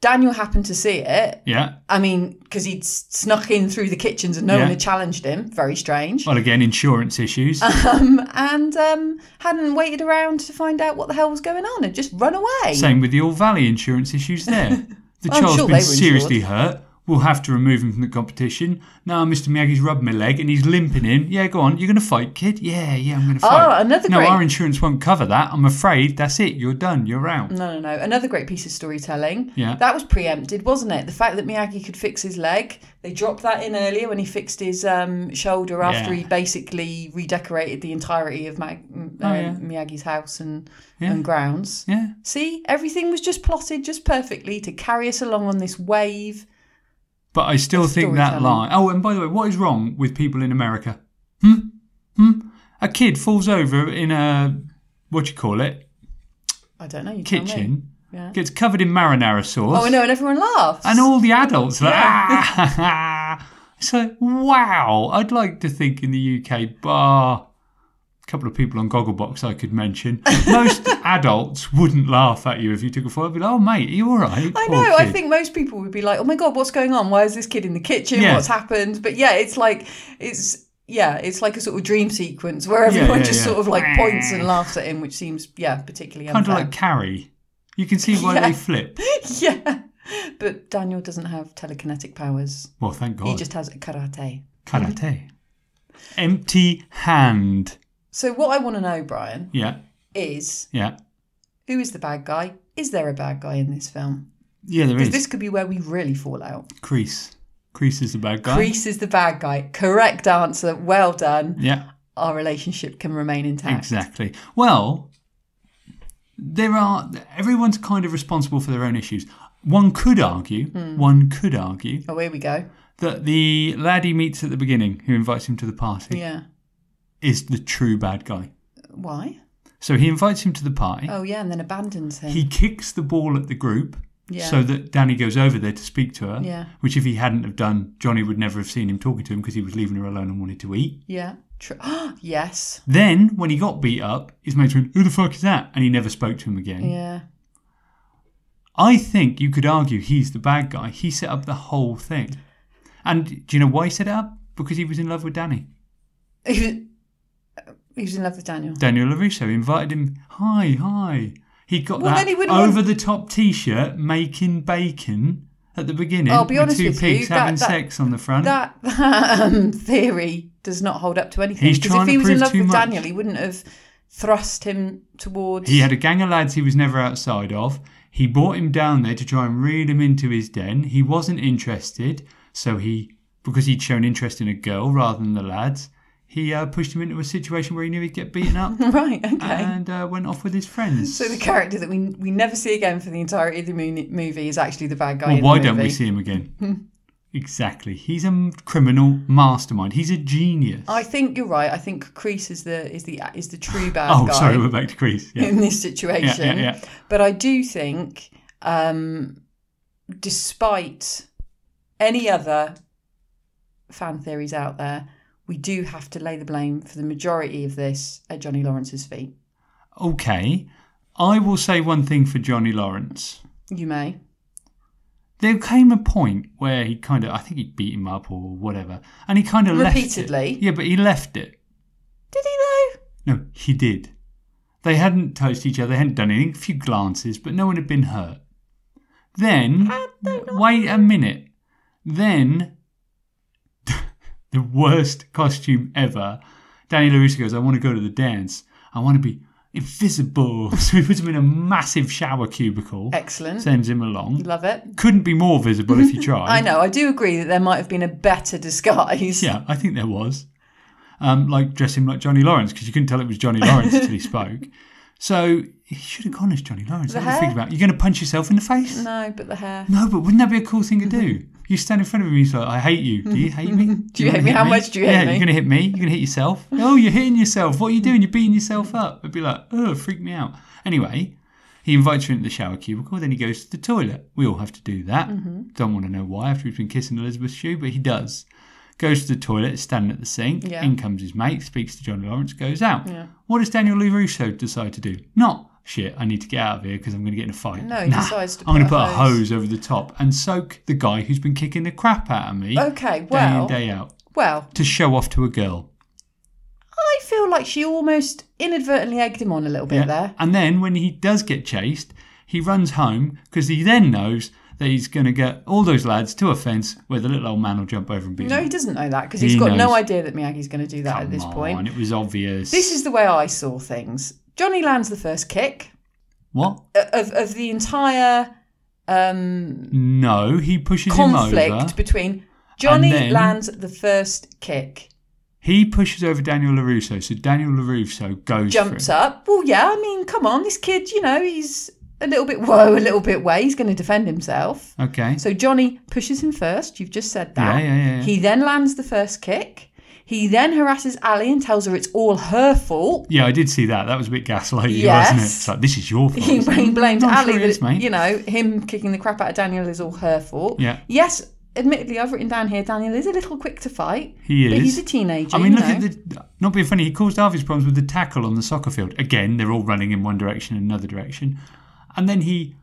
A: Daniel happened to see it.
C: Yeah.
A: I mean, because he'd s- snuck in through the kitchens and no one
C: Yeah.
A: had challenged him. Very strange.
C: Well, again, insurance
A: <laughs>
C: issues.
A: Um, and um, hadn't waited around to find out what the hell was going on and just run away.
C: Same with the All Valley insurance
A: <laughs>
C: issues there. The
A: Mm. I'm
C: child's
A: sure they
C: been
A: were
C: seriously hurt. We'll have to remove him from the competition. Now Mr. Miyagi's rubbed my leg and he's limping in. Yeah, go on. You're going to fight, kid? Yeah, yeah, I'm going to fight.
A: another
C: No,
A: Oh, great-
C: our insurance won't cover that. I'm afraid that's it. You're done. You're out.
A: No, no, no. Another great piece of storytelling.
C: Yeah.
A: That was preempted, wasn't it? The fact that Miyagi could fix his leg. They dropped that in earlier when he fixed his um, shoulder after
C: Yeah.
A: he basically redecorated the entirety of Mag- um,
C: Oh, yeah.
A: Miyagi's house and,
C: Yeah.
A: and grounds.
C: Yeah.
A: See, everything was just plotted just perfectly to carry us along on this wave.
C: But I still
A: It's
C: think that
A: storytelling.
C: line. Oh, and by the way, what is wrong with people in America? Hmm? Hmm? A kid falls over in a, what do you call it?
A: I don't know. You tell me.
C: Kitchen.
A: Yeah.
C: Gets covered in marinara sauce.
A: Oh, I know, and everyone laughs.
C: and all the adults are like, <laughs> ah. so wow i'd like to think in the uk bar a couple of people on gogglebox i
A: <laughs>
C: could mention most adults wouldn't laugh at you if you took a photo be like oh mate are you all right
A: I
C: Poor
A: know. I
C: kid."
A: think most people would be like, "Oh my god, what's going on? Why is this kid in the kitchen?
C: Yeah.
A: What's happened?" But yeah, it's like it's yeah, it's like a sort of dream sequence where everyone
C: yeah,
A: just
C: yeah.
A: sort of like points and laughs at him, which seems yeah particularly
C: kind of
A: unfair.
C: like carrie you can see
A: <laughs>
C: why
A: Yeah.
C: they flip
A: <laughs> yeah, but Daniel doesn't have telekinetic powers.
C: well thank god
A: He just has karate.
C: karate empty hand
A: So what I want to know, Brian,
C: yeah
A: is
C: yeah
A: who is the bad guy? Is there a bad guy in this film?
C: Yeah, there is.
A: Because this could be where we really fall out.
C: Crease. Crease is the bad guy.
A: Crease is the bad guy. Correct answer. Well done.
C: Yeah,
A: Our relationship can remain intact.
C: exactly. Well, there are. Everyone's kind of responsible for their own issues. One could argue.
A: Hmm.
C: One could argue
A: Oh, here we go.
C: that the lad he meets at the beginning, who invites him to the party,
A: Yeah.
C: is the true bad guy.
A: Why?
C: So he invites him to the party.
A: Oh, yeah, and then abandons him.
C: He kicks the ball at the group
A: Yeah.
C: so that Danny goes over there to speak to her.
A: Yeah.
C: Which, if he hadn't have done, Johnny would never have seen him talking to him because he was leaving her alone and wanted to eat.
A: yeah. Tr- <gasps> yes.
C: Then, when he got beat up, his mates went, "Who the fuck is that?" and he never spoke to him again.
A: Yeah. <laughs>
C: I think you could argue he's the bad guy. He set up the whole thing. And do you know why he set it up? Because he was in love with Danny.
A: He was- he was in love with Daniel.
C: Daniel LaRusso invited him. Hi, hi. He got
A: Well,
C: that
A: then he wouldn't want-
C: over the top t shirt making bacon at the beginning.
A: I'll be
C: with
A: honest
C: two
A: with you,
C: pigs
A: that-
C: having
A: that-
C: sex on the front.
A: That, <laughs> that um, theory does not hold up to anything.
C: He's
A: Because
C: trying
A: if
C: to
A: he was in
C: prove
A: love
C: too
A: with
C: much.
A: Daniel, he wouldn't have thrust him towards.
C: He had a gang of lads he was never outside of. He brought him down there to try and reel him into his den. He wasn't interested, so he, because he'd shown interest in a girl rather than the lads, he uh, pushed him into a situation where he knew he'd get beaten
A: <laughs>
C: up
A: right, <laughs> okay.
C: and uh, went off with his friends.
A: So the character that we we never see again for the entirety of the mo- movie is actually the bad guy.
C: well,
A: in
C: Oh, why
A: the
C: don't we
A: movie.
C: see him again?
A: <laughs>
C: exactly. He's a m- criminal mastermind. He's a genius.
A: I think you're right. I think Crease is the is the is the
C: <laughs>
A: true bad
C: oh,
A: guy
C: sorry, we're back to Greece. Yeah.
A: <laughs> in this situation.
C: Yeah, yeah, yeah.
A: But I do think, um, despite any other fan theories out there, we do have to lay the blame for the majority of this at Johnny Lawrence's feet.
C: Okay. I will say one thing for Johnny Lawrence.
A: You may.
C: There came a point where he kind of, I think he beat him up or whatever, and he kind of left it.
A: Repeatedly?
C: Yeah, but he left it.
A: Did he though?
C: No, he did. They hadn't touched each other, they hadn't done anything, a few glances, but no one had been hurt. Then, wait a minute. Then, <laughs> the worst costume ever, Danny LaRusso goes, I want to go to the dance. I want to be invisible. <laughs> so he puts him in a massive shower cubicle,
A: Excellent.
C: sends him along.
A: Love it.
C: Couldn't be more
A: <laughs>
C: visible if you tried.
A: I know. I do agree that there might have been a better disguise.
C: Yeah, I think there was. Um, like dress him like Johnny Lawrence because you couldn't tell it was Johnny Lawrence until he spoke. So he should have gone as Johnny Lawrence.
A: The
C: That's what I think
A: hair?
C: about. You're going to punch yourself in the face?
A: No, but the hair.
C: No, but wouldn't that be a cool thing to do? You stand in front of him, he's like, I hate you. Do you hate me? Do,
A: you
C: wanna
A: hate me? How much Mm-hmm. <laughs> do you hate
C: yeah,
A: me?
C: You're going to hit me? You're going to
A: <laughs>
C: hit yourself? Oh, you're hitting yourself. What are you doing? You're beating yourself up. I'd be like, oh, freak me out. Anyway, he invites her into the shower cubicle, then he goes to the toilet. We all have to do that.
A: Mm-hmm.
C: Don't want to know why after he's been kissing Elizabeth's shoe, but he does. Goes to the toilet, is standing at the sink.
A: Yeah.
C: In comes his mate, speaks to John Lawrence, goes out. What does Daniel LaRusso decide to do? Not, shit, I need to get out of here because I'm going to get in a fight.
A: No, he decides to
C: I'm going
A: put
C: to
A: a
C: put a
A: hose.
C: hose goes over the top and soak the guy who's been kicking the crap out of me
A: Okay,
C: day
A: Oh, well,
C: in day out
A: well,
C: to show off to a girl.
A: I feel like she almost inadvertently egged him on a little bit
C: Yeah.
A: there.
C: And then when he does get chased, he runs home because he then knows that he's going to get all those lads to a fence where the little old man will jump over and beat
A: No,
C: him.
A: he doesn't know that because
C: He
A: he's got
C: knows.
A: no idea that Miyagi's going to do that at this
C: Come on,
A: point.
C: it was obvious.
A: This is the way I saw things. Johnny lands the first kick
C: what?
A: o- of of the entire um,
C: No, he pushes him over.
A: conflict between Johnny
C: then-
A: lands the first kick,
C: He pushes over Daniel Larusso, so Daniel Larusso goes
A: jumps
C: for him.
A: up. Well, yeah, I mean, come on, this kid, you know, he's a little bit <laughs> whoa, a little bit way. He's going to defend himself.
C: Okay.
A: So Johnny pushes him first. You've just said that.
C: Yeah, yeah, yeah, yeah.
A: He then lands the first kick. He then harasses Ali and tells her it's all her fault.
C: yeah, I did see that. That was a bit gaslighty, wasn't it?
A: Yes.
C: It's like this is your
A: <laughs>
C: fault.
A: He, he blames
C: I'm
A: Ali
C: sure it
A: that
C: is, mate.
A: you know him kicking the crap out of Daniel is all her fault.
C: Yeah.
A: Yes, admittedly, I've written down here Daniel is a little quick to fight.
C: He
A: But
C: is.
A: he's a teenager.
C: I mean,
A: you
C: look
A: know.
C: at the. Not being funny, he caused half his problems with the tackle on the soccer field. Again, they're all running in one direction and another direction. And then he,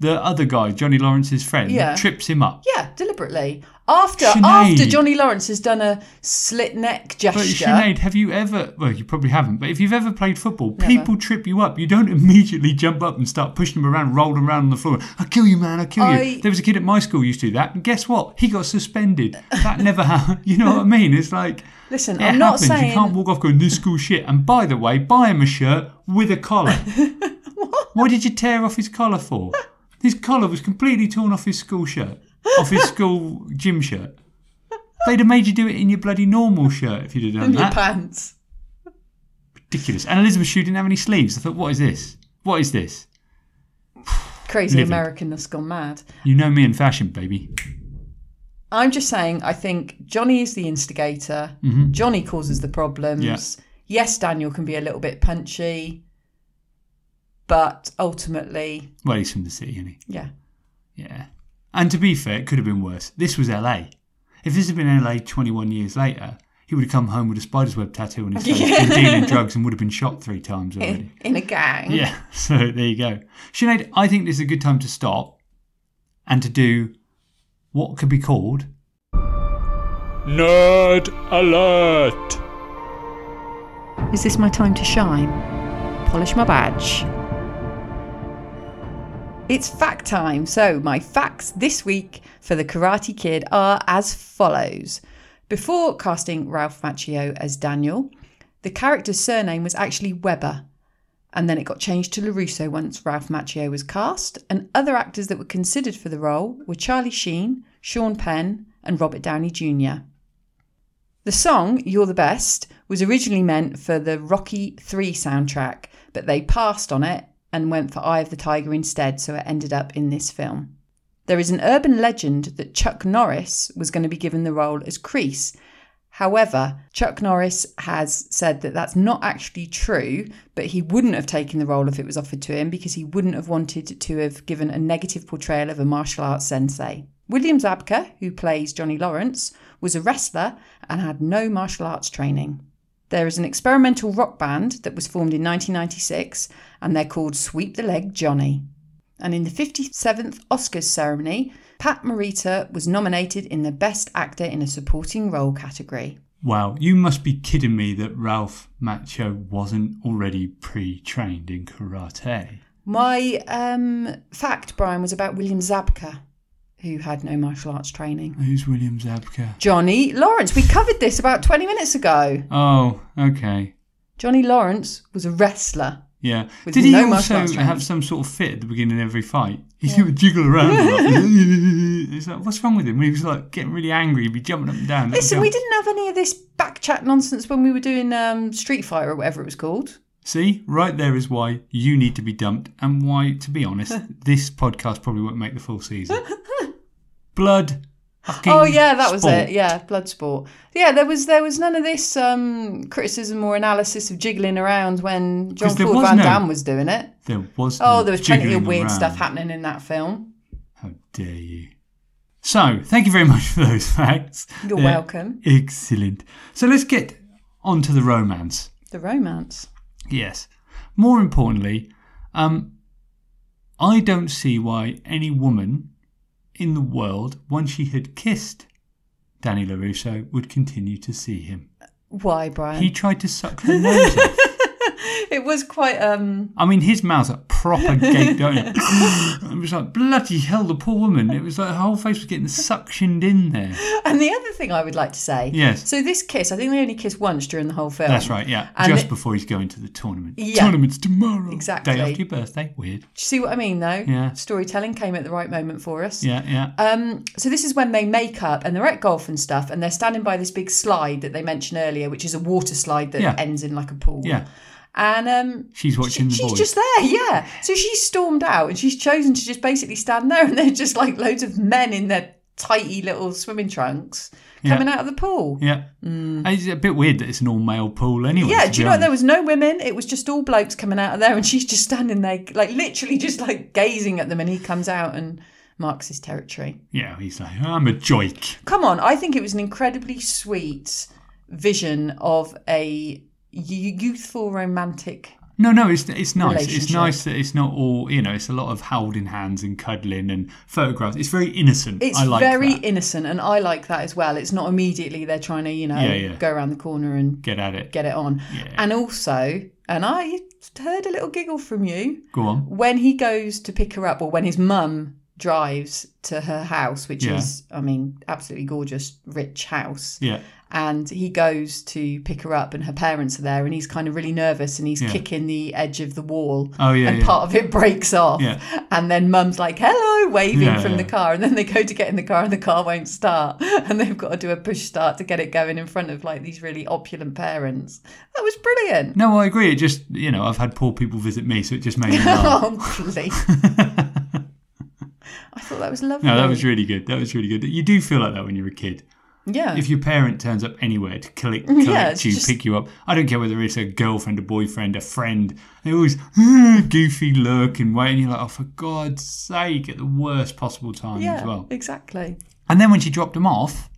C: the other guy, Johnny Lawrence's friend,
A: Yeah.
C: trips him up.
A: Yeah, deliberately. After
C: Sinead.
A: after Johnny Lawrence has done a slit neck
C: But
A: gesture.
C: Sinead, have you ever? Well, you probably haven't. But if you've ever played football, people trip you up. You don't <laughs> immediately jump up and start pushing them around, rolling around on the floor. I'll kill you, man! I'll kill
A: I-
C: you. There was a kid at my school who used to do that, and guess what? He got suspended. That never <laughs> happened. You know what I mean? It's like
A: Listen,
C: It
A: I'm not
C: happens.
A: saying <laughs>
C: you can't walk off going this school shit. And by the way, buy him a shirt with a collar. what? Why did you tear off his collar for? His collar was completely torn off his school shirt, off his school gym shirt. They'd have made you do it in your bloody normal shirt if you'd have done
A: in your
C: that.
A: pants.
C: Ridiculous. And Elizabeth Shue didn't have any sleeves. I thought, what is this? What is this?
A: Crazy
C: Livid.
A: American that's gone mad.
C: You know me in fashion, baby.
A: I'm just saying, I think Johnny is the instigator. Johnny causes the problems.
C: Yeah.
A: Yes, Daniel can be a little bit punchy, but ultimately,
C: Well, he's from the city, isn't he?
A: yeah.
C: Yeah. And to be fair, it could have been worse. This was LA. If this had been LA 21 years later, he would have come home with a spider's web tattoo on his face, been dealing drugs, and would have been shot three times already.
A: <laughs> In, in a gang.
C: Yeah, <laughs> so there you go. Sinead, I think this is a good time to stop and to do what could be called.
B: Nerd alert!
A: Is this my time to shine? Polish my badge. It's fact time. So, my facts this week for the Karate Kid are as follows. Before casting Ralph Macchio as Daniel, the character's surname was actually Weber, and then it got changed to LaRusso once Ralph Macchio was cast. And other actors that were considered for the role were Charlie Sheen, Sean Penn, and Robert Downey Jr. The song You're the Best was originally meant for the Rocky 3 soundtrack, but they passed on it and went for Eye of the Tiger instead, so it ended up in this film. There is an urban legend that Chuck Norris was going to be given the role as Crease. However, Chuck Norris has said that that's not actually true, but he wouldn't have taken the role if it was offered to him because he wouldn't have wanted to have given a negative portrayal of a martial arts sensei. William Zabka, who plays Johnny Lawrence, was a wrestler and had no martial arts training. There is an experimental rock band that was formed in 1996 and they're called Sweep the Leg Johnny. And in the 57th Oscars ceremony, Pat Morita was nominated in the Best Actor in a Supporting Role category.
C: Wow, you must be kidding me that Ralph Macho wasn't already pre trained in karate.
A: My um, fact, Brian, was about William Zabka, who had no martial arts training.
C: Who's William Zabka?
A: Johnny Lawrence, we covered this about 20 minutes ago.
C: Oh, okay.
A: Johnny Lawrence was a wrestler.
C: Yeah.
A: With
C: Did he
A: no martial
C: also
A: arts training.
C: have some sort of fit at the beginning of every fight? <laughs> He would jiggle around.
A: <laughs>
C: a lot. it's like, what's wrong with him? When he was like getting really angry, he'd be jumping up and down. up and
A: Listen, we
C: down.
A: didn't have any of this backchat nonsense when we were doing um, Street Fighter or whatever it was called.
C: See, right there is why you need to be dumped, and why, to
A: <laughs>
C: be honest, this podcast probably won't make the full season. Blood. Fucking
A: Oh yeah, that was
C: sport.
A: it. Yeah, Bloodsport. Yeah, there was there was none of this um, criticism or analysis of jiggling around when John
C: 'Cause there
A: Claude
C: was
A: Van
C: no-
A: Damme was doing it.
C: There was.
A: Oh,
C: no
A: there was plenty of
C: jiggling
A: weird
C: around.
A: stuff happening in that film.
C: How dare you? So, thank you very much for those <laughs> facts.
A: You're
C: They're
A: welcome.
C: Excellent. So let's get on to the romance.
A: The romance.
C: Yes. More importantly, um, I don't see why any woman in the world, once she had kissed Danny LaRusso, would continue to see him.
A: Why, Brian?
C: He tried to suck her nose off.
A: It was quite um
C: I mean, his mouth's a
A: <laughs>
C: proper gaped open. it was like, bloody hell, the poor woman. It was like her whole face was getting suctioned in there.
A: and the other thing I would like to say.
C: Yes.
A: So this kiss, I think they only kissed once during the whole film.
C: That's right, yeah.
A: And
C: Just
A: it-
C: before he's going to the tournament.
A: Yeah.
C: Tournament's tomorrow.
A: Exactly.
C: Day after your birthday. Weird.
A: Do you see what I mean though?
C: Yeah.
A: Storytelling came at the right moment for us.
C: Yeah, yeah.
A: Um, so this is when they make up and they're at golf and stuff, and they're standing by this big slide that they mentioned earlier, which is a water slide that
C: Yeah.
A: ends in like a pool.
C: yeah.
A: And um,
C: She's watching the
A: she's
C: boys.
A: just there, yeah. So she's stormed out and she's chosen to just basically stand there, and they're just like loads of men in their tighty little swimming trunks
C: Yeah.
A: coming out of the pool.
C: Yeah. It's a bit weird that it's an all male pool anyway.
A: Mm. Yeah,
C: to
A: do you
C: be
A: know what? there
C: honest.
A: was no women? It was just all blokes coming out of there, and she's just standing there, like literally just like gazing at them, and he comes out and marks his territory.
C: Yeah, he's like, I'm a joik.
A: Come on, I think it was an incredibly sweet vision of a y- youthful romantic.
C: No, no, it's it's nice. It's
A: Relationship.
C: nice that it's not all, you know, it's a lot of holding hands and cuddling and photographs. It's very innocent.
A: It's
C: I like
A: very
C: that.
A: innocent, and I like that as well. It's not immediately they're trying to, you know,
C: Yeah, yeah.
A: go around the corner and
C: Get at it.
A: get it on.
C: Yeah.
A: And also, and I heard a little giggle from you
C: Go on.
A: when he goes to pick her up, or when his mum drives to her house, which
C: Yeah.
A: is, I mean, absolutely gorgeous, rich house.
C: Yeah.
A: And he goes to pick her up, and her parents are there, and he's kind of really nervous, and he's
C: Yeah.
A: kicking the edge of the wall.
C: Oh, yeah.
A: and
C: yeah.
A: part of it breaks off.
C: Yeah.
A: And then mum's like, hello, waving
C: Yeah,
A: from
C: yeah.
A: the car. And then they go to get in the car and the car won't start. <laughs> And they've got to do a push start to get it going in front of like these really opulent parents. That was brilliant.
C: No, I agree. It just, you know, I've had poor people visit me, so it just made me
A: <laughs>
C: laugh.
A: Oh,
C: <laughs>
A: please. I thought that was lovely.
C: No, that was really good. That was really good. You do feel like that when you're a kid.
A: yeah.
C: If your parent turns up anywhere to collect,
A: Mm-hmm. Yeah,
C: collect
A: it's
C: you,
A: just-
C: pick you up, I don't care whether it's a girlfriend, a boyfriend, a friend, they always "Hmm, goofy look and wait, and you're like, oh, for God's sake, at the worst possible time
A: yeah,
C: as well.
A: exactly.
C: And then when she dropped him off,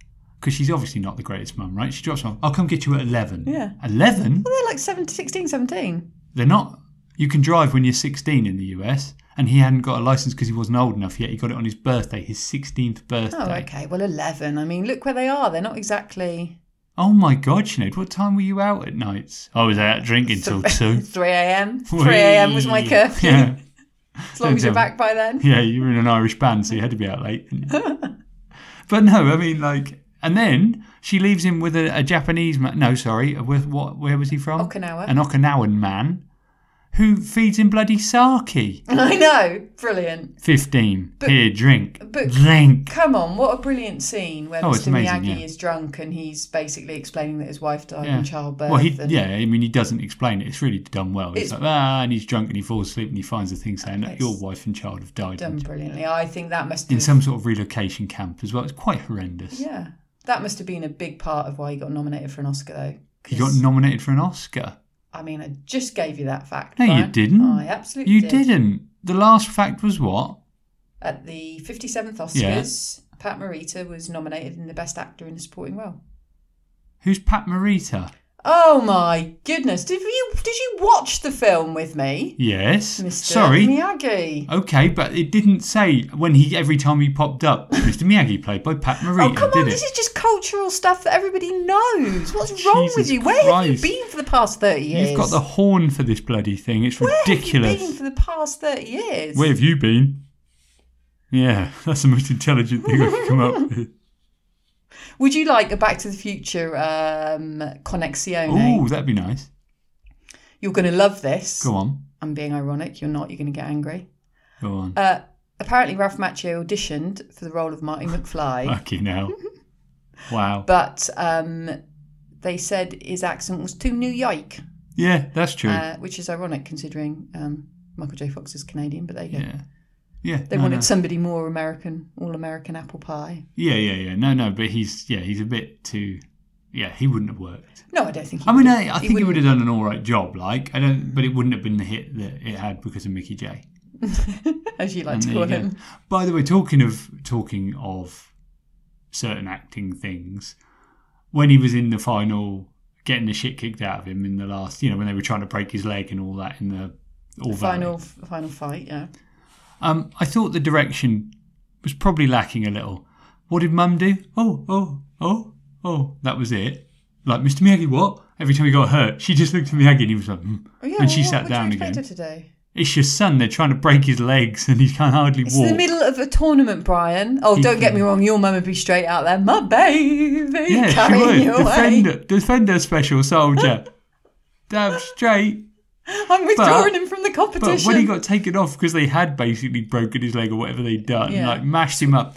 C: because she's obviously not the greatest mum, right? She drops him off. I'll come get you at 11.
A: Yeah.
C: 11?
A: They're like 17, 16, 17.
C: They're not. You can drive when you're 16 in the US, and he hadn't got a license because he wasn't old enough yet. He got it on his birthday, his 16th birthday.
A: Oh, okay. Well, 11. I mean, look where they are. They're not exactly
C: Oh my God, Sinead, what time were you out at nights? I was out drinking till
A: <laughs>
C: 2.
A: 3 a.m. 3 a.m. was my
C: Whee!
A: curfew.
C: Yeah.
A: As long as you're back by then.
C: yeah, you were in an Irish band, so you had to be out late. didn't you?
A: <laughs>
C: but no, I mean, like, and then she leaves him with a, a Japanese man. No, sorry, with what? Where was he from?
A: Okinawa.
C: An Okinawan man who feeds him bloody sake.
A: <laughs> I know. Brilliant.
C: 15.
A: But-
C: Here, drink.
A: but-
C: drink.
A: Come on, what a brilliant scene where
C: Oh, it's
A: Mr.
C: amazing,
A: Miyagi
C: yeah.
A: is drunk and he's basically explaining that his wife died
C: Yeah.
A: in childbirth.
C: Well, he,
A: and
C: yeah, I mean, he doesn't explain it. It's really done well. It's,
A: It's-
C: like, ah, and he's drunk and he falls asleep and he finds the thing saying that
A: It's
C: your wife and child have died
A: Done
C: in,
A: brilliantly. I think that must
C: in
A: have,
C: some sort of relocation camp as well. It's quite horrendous.
A: yeah, that must have been a big part of why he got nominated for an Oscar though.
C: He
A: 'cause,
C: got nominated for an Oscar.
A: I mean, I just gave you that fact.
C: No, you
A: Brian.
C: didn't.
A: I absolutely
C: You
A: did.
C: didn't. The last fact was what?
A: At the 57th
C: Yeah.
A: Oscars, Pat Morita was nominated in the Best Actor in a Supporting Role.
C: Who's Pat Morita?
A: Oh my goodness! Did you did you watch the film with me,
C: Yes.
A: Mr.
C: Sorry.
A: Miyagi?
C: Okay, but it didn't say when he every time he popped up, <laughs> Mr. Miyagi played by Pat Morita,
A: Oh, come
C: did
A: on,
C: it?
A: this is just cultural stuff that everybody knows.
C: <laughs>
A: What's wrong with
C: Jesus
A: you? Where
C: Christ.
A: have you been for the past 30 years?
C: You've got the horn for this bloody thing. It's
A: Where
C: ridiculous.
A: have you been for the past 30 years?
C: Where have you been? Yeah, <laughs> that's the most intelligent thing I could come up
A: <laughs>
C: with.
A: Would you like a Back to the Future um, Connexione?
C: Ooh, that'd be nice.
A: You're going to love this.
C: Go on.
A: I'm being ironic. You're not. You're going to get angry.
C: Go on.
A: Uh, apparently, Ralph Macchio auditioned for the role of Martin
C: <laughs>
A: McFly, <laughs>
C: Lucky now. Wow.
A: but um, they said his accent was too New York,
C: Yeah, that's true.
A: uh, which is ironic considering um, Michael J. Fox is Canadian, but there you go.
C: yeah. Yeah.
A: They
C: no,
A: wanted
C: no.
A: somebody more American, all American apple pie.
C: Yeah, yeah, yeah. No, no, but he's yeah, he's a bit too. Yeah, he wouldn't have worked.
A: No, I don't think. He
C: I mean,
A: would.
C: I, I think he would have done an all right job. Like, I don't, but it wouldn't have been the hit that it had because of Mickey J.
A: <laughs> as you like
C: And
A: to
C: there
A: call
C: you go.
A: him.
C: By the way, talking of talking of certain acting things, when he was in the final, getting the shit kicked out of him in the last, you know, when they were trying to break his leg and all that in the all
A: Final, final fight. Yeah.
C: Um, I thought the direction was probably lacking a little. What did Mum do? Oh, oh, oh, oh. That was it. Like Mr. Miyagi, what? Every time he got hurt, she just looked at Miyagi and he was like, hmm.
A: Oh, yeah
C: and she
A: well,
C: sat
A: what
C: down
A: do you expect
C: again.
A: her to do?
C: It's your son. They're trying to break his legs and he can't hardly
A: It's
C: walk.
A: the middle of a tournament, Brian. Oh,
C: He
A: don't get me
C: can-
A: wrong. Your mum would be straight out there. My baby,
C: Mm-hmm. yeah, she
A: carrying
C: would.
A: you away.
C: Defend her, defend her special soldier. Damn straight.
A: I'm withdrawing him from the competition.
C: But when he got taken off because they had basically broken his leg or whatever they'd done,
A: Yeah.
C: like mashed him up.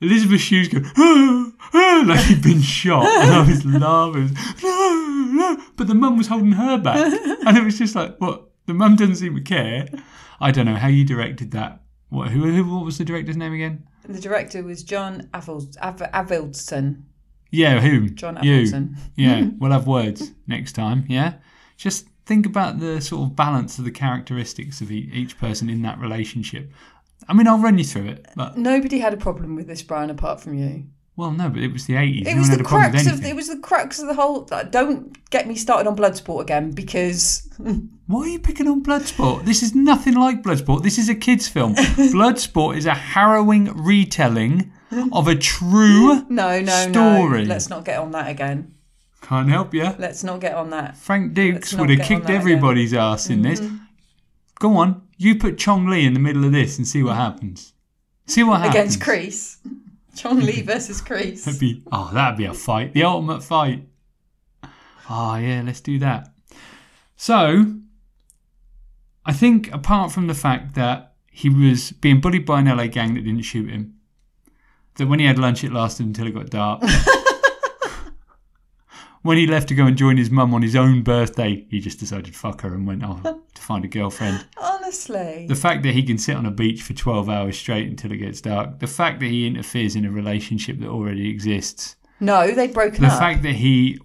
C: Elizabeth Shoes going, "Ah, ah," <laughs> like he'd been shot. And I was laughing. No, no. But the mum was holding
A: <laughs>
C: her back. And it was just like, what? The mum doesn't seem to care. I don't know how you directed that. What, who, who, what was the director's name again?
A: the director was John Avildsen. Av- Avildsen.
C: Yeah, whom?
A: John
C: You.
A: Avildsen. <laughs>
C: Yeah, we'll have words next time. Yeah. Just think about the sort of balance of the characteristics of e, each, each person in that relationship. I mean, I'll run you through it, but
A: Nobody had a problem with this, Brian, apart from you.
C: Well, no, but it was the eighties.
A: It was the crux of it was the crux of the whole. Like, don't get me started on Bloodsport again because
C: Why are you picking on Bloodsport? This is nothing like Bloodsport. This is a
A: <laughs>
C: kids' film. Bloodsport is a harrowing retelling of a true.
A: <laughs> no, no,
C: Story.
A: no. Let's not get on that again.
C: Can't help you.
A: Let's not get on that.
C: Frank
A: Let's
C: Dukes
A: not
C: would have
A: get on
C: kicked
A: that again. Mm-hmm.
C: everybody's ass in this. Go on, you put Chong Lee in the middle of this and see what happens. See what happens.
A: against Crease. John
C: <laughs>
A: Lee versus Crease.
C: That'd be oh, that'd be a fight, the ultimate fight. Oh yeah, let's do that. So, I think apart from the fact that he was being bullied by an LA gang that didn't shoot him, that when he had lunch it lasted until it got dark. when he left to go and join his mum on his own birthday, he just decided fuck her and went on to find a girlfriend.
A: Honestly.
C: The fact that he can sit on a beach for 12 hours straight until it gets dark. The fact that he interferes in a relationship that already exists.
A: No, they'd broken
C: The
A: up.
C: fact that he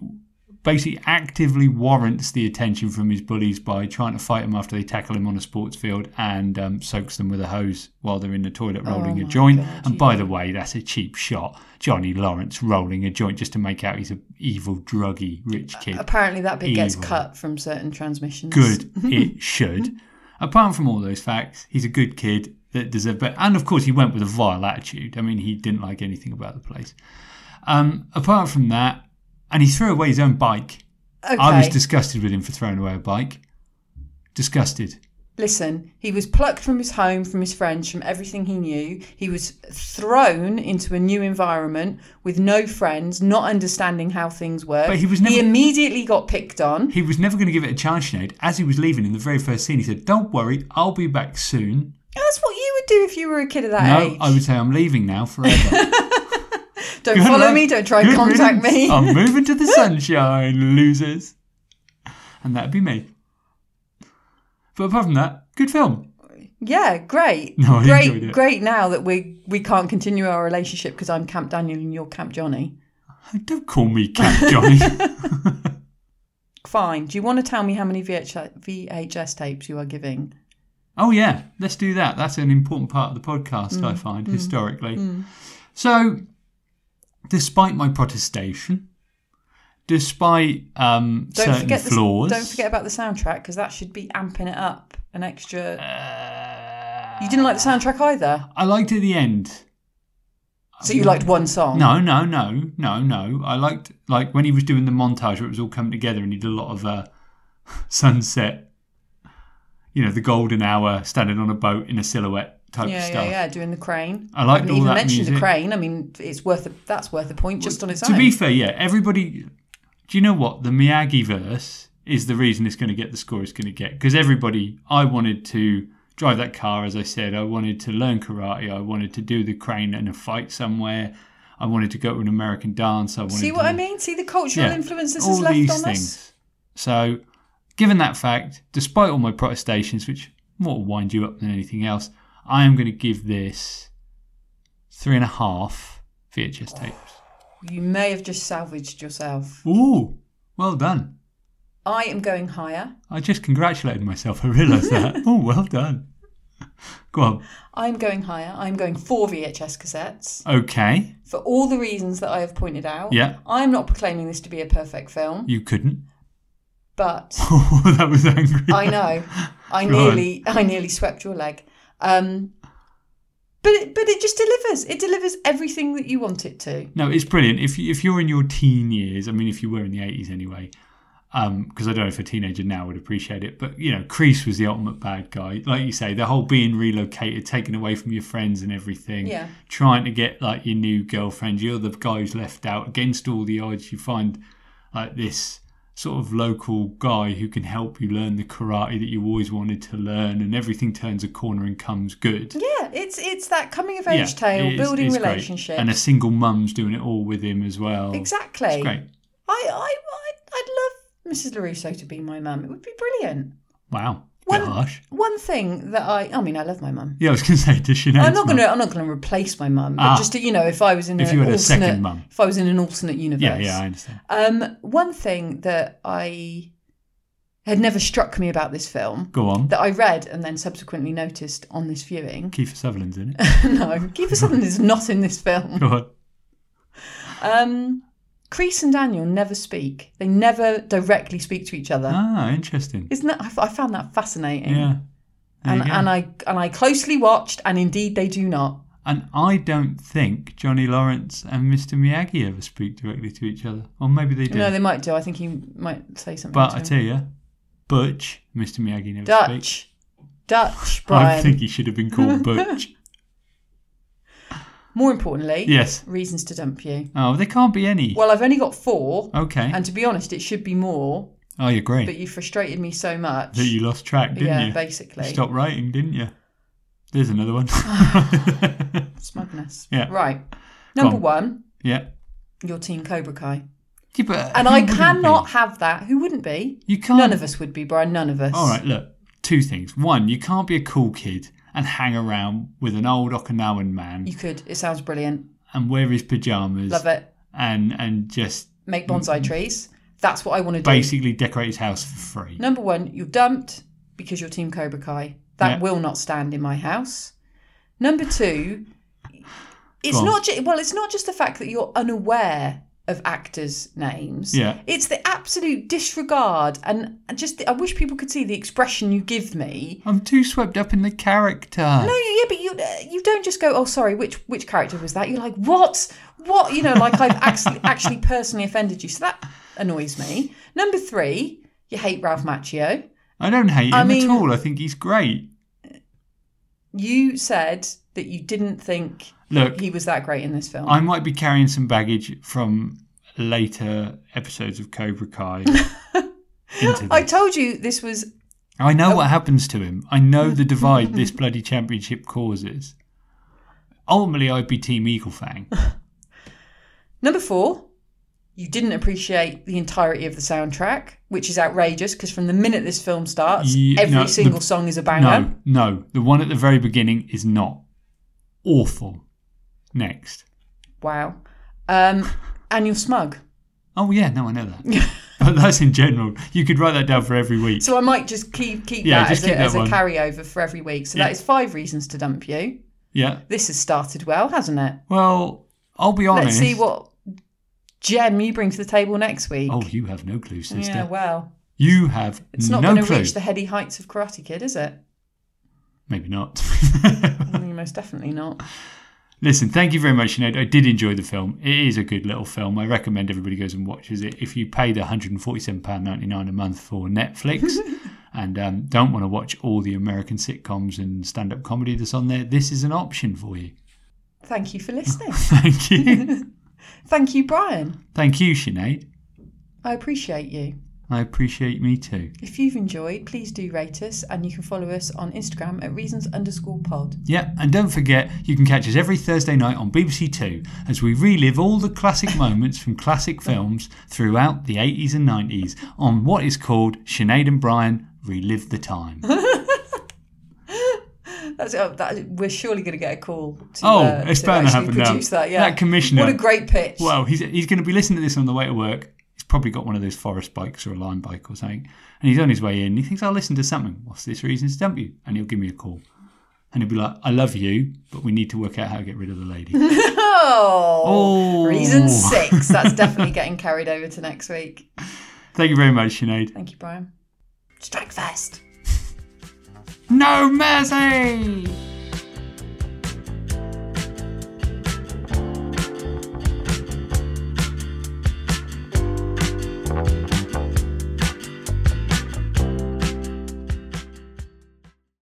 C: basically actively warrants the attention from his bullies by trying to fight them after they tackle him on a sports field and um, soaks them with a hose while they're in the toilet rolling a
A: Oh my
C: joint.
A: God,
C: and by the way, that's a cheap shot. Johnny Lawrence rolling a joint just to make out he's an evil, druggy,
A: Uh,
C: rich kid.
A: Apparently that bit gets
C: Evil.
A: cut from certain transmissions. <laughs>
C: good it should. Apart from all those facts, he's a good kid that deserved better. And of course, he went with a vile attitude. I mean, he didn't like anything about the place. Um, apart from that, and he threw away his own bike.
A: Okay.
C: I was disgusted with him for throwing away a bike. Disgusted.
A: Listen, he was plucked from his home, from his friends, from everything he knew. He was thrown into a new environment with no friends, not understanding how things work.
C: But he was never-
A: immediately got picked on.
C: He was never going to give it a chance, Sinead. As he was leaving in the very first scene, he said, Don't worry, I'll be back soon.
A: That's what you would do if you were a kid of that
C: No,
A: age.
C: I would say, I'm leaving
A: <laughs>
C: now forever.
A: Don't follow me. Don't try and
C: Good
A: contact
C: riddance. <laughs> Um,
A: me.
C: I'm moving to the sunshine, losers. And that'd be me. But apart from that, good film.
A: <laughs> Yeah, great.
C: No, I
A: great,
C: enjoyed it.
A: great. Now that we we can't continue our relationship because I'm Camp Daniel and you're Camp Johnny.
C: Don't call me
A: <laughs>
C: Cat Johnny.
A: Fine. Do you want to tell me how many VH, VHS tapes you are giving?
C: oh yeah, let's do that. That's an important part of the podcast,
A: Mm.
C: I find, historically. So despite my protestation, despite um
A: Don't
C: certain
A: forget the,
C: flaws.
A: Don't forget about the soundtrack because that should be amping it up an extra.
C: uh,
A: you didn't like the soundtrack either,
C: I liked at the end.
A: so you liked one song.
C: No, no, no, no, no. I liked like when he was doing the montage where it was all coming together and he did a lot of uh, <laughs> sunset, you know, the golden hour, standing on a boat in a silhouette type
A: Yeah,
C: of
A: yeah,
C: stuff.
A: yeah. Doing the crane.
C: I liked
A: haven't
C: all
A: even
C: that
A: mentioned the
C: music.
A: crane. I mean, it's worth a, that's worth a point just on its
C: to
A: own.
C: be fair, yeah, everybody. Do you know what the Miyagi verse is? The reason it's going to get the score it's going to get because everybody. I wanted to drive that car, as I said. I wanted to learn karate. I wanted to do the crane and a fight somewhere. I wanted to go to an American dance. I wanted
A: See
C: to
A: what I mean? See the cultural influence this
C: all
A: has left
C: these
A: on us.
C: things. So, given that fact, despite all my protestations, which more will wind you up than anything else, I am going to give this three and a half VHS tapes.
A: You may have just salvaged yourself.
C: Ooh, well done.
A: I am going higher.
C: I just congratulated myself. I realised that. oh, well done. Go on.
A: I'm going higher. I'm going four VHS cassettes
C: Okay.
A: for all the reasons that I have pointed out.
C: Yeah.
A: I'm not proclaiming this to be a perfect film,
C: You couldn't. <laughs>
A: but
C: Oh, that was angry.
A: I
C: <laughs>
A: know. I
C: Go on.
A: nearly I nearly swept your leg. Um but it, but it just delivers. It delivers everything that you want it to.
C: No, it's brilliant. If you- if you're in your teen years, I mean, if you were in the eighties anyway, because I don't know if a teenager now would appreciate it, but you know, Crease was the ultimate bad guy. Like you say, the whole being relocated, taken away from your friends and everything,
A: Yeah.
C: trying to get like your new girlfriend. You're the guy who's left out against all the odds. You find like this sort of local guy who can help you learn the karate that you always wanted to learn, and everything turns a corner and comes good.
A: Yeah, it's it's that coming of age
C: it
A: tale,
C: is-
A: building
C: it's great.
A: relationships.
C: and a single mum's doing it all with him as well.
A: exactly.
C: It's great.
A: I, I I'd- I'd love Mrs. LaRusso to be my mum. It would be brilliant.
C: Wow.
A: One-
C: Bit harsh.
A: One thing that I, I mean, I love my mum.
C: Yeah, I was going to say, does she know?
A: I'm not going to, I'm not going to replace my mum. But
C: Ah.
A: just to, you know, if I was in
C: If
A: an
C: you had a
A: alternate,
C: second mum.
A: if I was in an alternate universe.
C: Yeah, yeah, I understand.
A: Um, one thing that I had never struck me about this film
C: Go on.
A: that I read and then subsequently noticed on this viewing. <laughs>
C: Kiefer Sutherland's in it.
A: no, Kiefer Sutherland is not in this film.
C: Go on.
A: Um, Crease and Daniel never speak. They never directly speak to each other.
C: Ah, interesting.
A: Isn't that? I, f- I found that fascinating.
C: Yeah. There
A: And,
C: you go.
A: and I and I closely watched, and indeed they do not.
C: And I don't think Johnny Lawrence and Mr. Miyagi ever speak directly to each other. Or maybe they do.
A: No, they might do. I think he might say something.
C: but
A: to
C: I
A: him.
C: tell you, Butch, Mr. Miyagi never speaks.
A: Dutch, Dutch,
C: I
A: Brian. <laughs>
C: think he should have been called Butch.
A: More importantly,
C: Yes.
A: reasons to dump you.
C: Oh, there can't be any.
A: Well, I've only got four,
C: okay.
A: and to be honest, it should be more,
C: oh, you're great.
A: but you frustrated me so much.
C: that you lost track, didn't
A: yeah,
C: you?
A: basically.
C: You stopped writing, didn't you? There's
A: <laughs>
C: another <laughs> one.
A: It's madness.
C: Yeah.
A: Right. Number
C: on.
A: one,
C: yeah.
A: your team Cobra Kai.
C: Yeah, but
A: And
C: who
A: I
C: wouldn't
A: cannot
C: be?
A: have that. Who wouldn't be?
C: You can't.
A: None of us would be, Brian. None of us.
C: All right, look. Two things. One, you can't be a cool kid and hang around with an old Okinawan man
A: You could. It sounds brilliant.
C: and wear his pajamas
A: Love it.
C: and and just
A: Make
C: Mm-hmm.
A: bonsai trees. That's what I want to do.
C: basically decorate his house for free.
A: Number one, you've dumped because you're Team Cobra Kai. That
C: Yeah.
A: will not stand in my house. Number two, it's
C: Go on.
A: not ju- well, it's not just the fact that you're unaware of actors' names.
C: Yeah.
A: It's the absolute disregard and and just the, I wish people could see the expression you give me.
C: I'm too swept up in the character.
A: No, yeah, but you uh, you don't just go, oh, sorry, which which character was that? You're like, what, what? You know, like I've actually <laughs> actually personally offended you, so that annoys me. Number three, you hate Ralph Macchio.
C: I don't hate him
A: I mean-
C: at all. I think he's great.
A: You said that you didn't think
C: Look,
A: he was that great in this film.
C: I might be carrying some baggage from later episodes of
A: <laughs>
C: Cobra Kai. into
A: I
C: this.
A: told you this was
C: I know
A: Oh.
C: what happens to him. I know the
A: <laughs>
C: divide this bloody championship causes. Ultimately, I'd be Team
A: <laughs>
C: Eagle Fang.
A: number four. You didn't appreciate the entirety of the soundtrack, which is outrageous because from the minute this film starts,
C: Ye-
A: every
C: no, the-
A: single song is a banger.
C: No, no. The one at the very beginning is not. Awful. Next.
A: Wow. Um, and you're smug.
C: Oh, yeah, no, I
A: <laughs>
C: know that. but that's in general. You could write that down for every week.
A: So I might just keep keep
C: Yeah,
A: that
C: just
A: as,
C: keep
A: a,
C: that
A: as a
C: one.
A: carryover for every week. So
C: Yeah.
A: that is five reasons to dump you.
C: Yeah.
A: This has started well, hasn't it?
C: Well, I'll be honest.
A: Let's see what gem you bring to the table next week.
C: Oh, you have no clue, sister.
A: yeah, well.
C: you have
A: It's not
C: no
A: going to
C: clue.
A: reach the heady heights of Karate Kid, is it?
C: Maybe not. <laughs>
A: I mean, most definitely not.
C: Listen, thank you very much, Sinead. I did enjoy the film. It is a good little film. I recommend everybody goes and watches it. If you pay the £147.99 a month for Netflix and um, don't want to watch all the American sitcoms and stand up comedy that's on there, this is an option for you. <laughs>
A: Thank you for listening.
C: Thank you.
A: Thank you, Brian.
C: thank you, Sinead.
A: I appreciate you.
C: I appreciate me too.
A: If you've enjoyed, please do rate us and you can follow us on Instagram at reasons underscore pod.
C: Yeah, and don't forget, you can catch us every Thursday night on BBC Two as we relive all the classic moments from classic films throughout the 80s and 90s on what is called Sinead and Brian Relive the Time.
A: That's, oh, that, we're surely going to get a call to,
C: Oh,
A: uh,
C: it's
A: to
C: bound to
A: actually
C: happen now.
A: produce that. Yeah.
C: That commissioner-
A: What a great pitch.
C: well, he's, he's going to be listening to this on the way to work. He's probably got one of those forest bikes or a line bike or something. And he's on his way in. He thinks, I'll listen to something. What's this reason to dump you? And he'll give me a call. And he'll be like, I love you, but we need to work out how to get rid of the lady.
A: <laughs> oh,
C: oh.
A: reason six. That's definitely getting carried over to next week.
C: Thank you very much, Sinead.
A: Thank you, Brian. Strike first.
C: No mercy!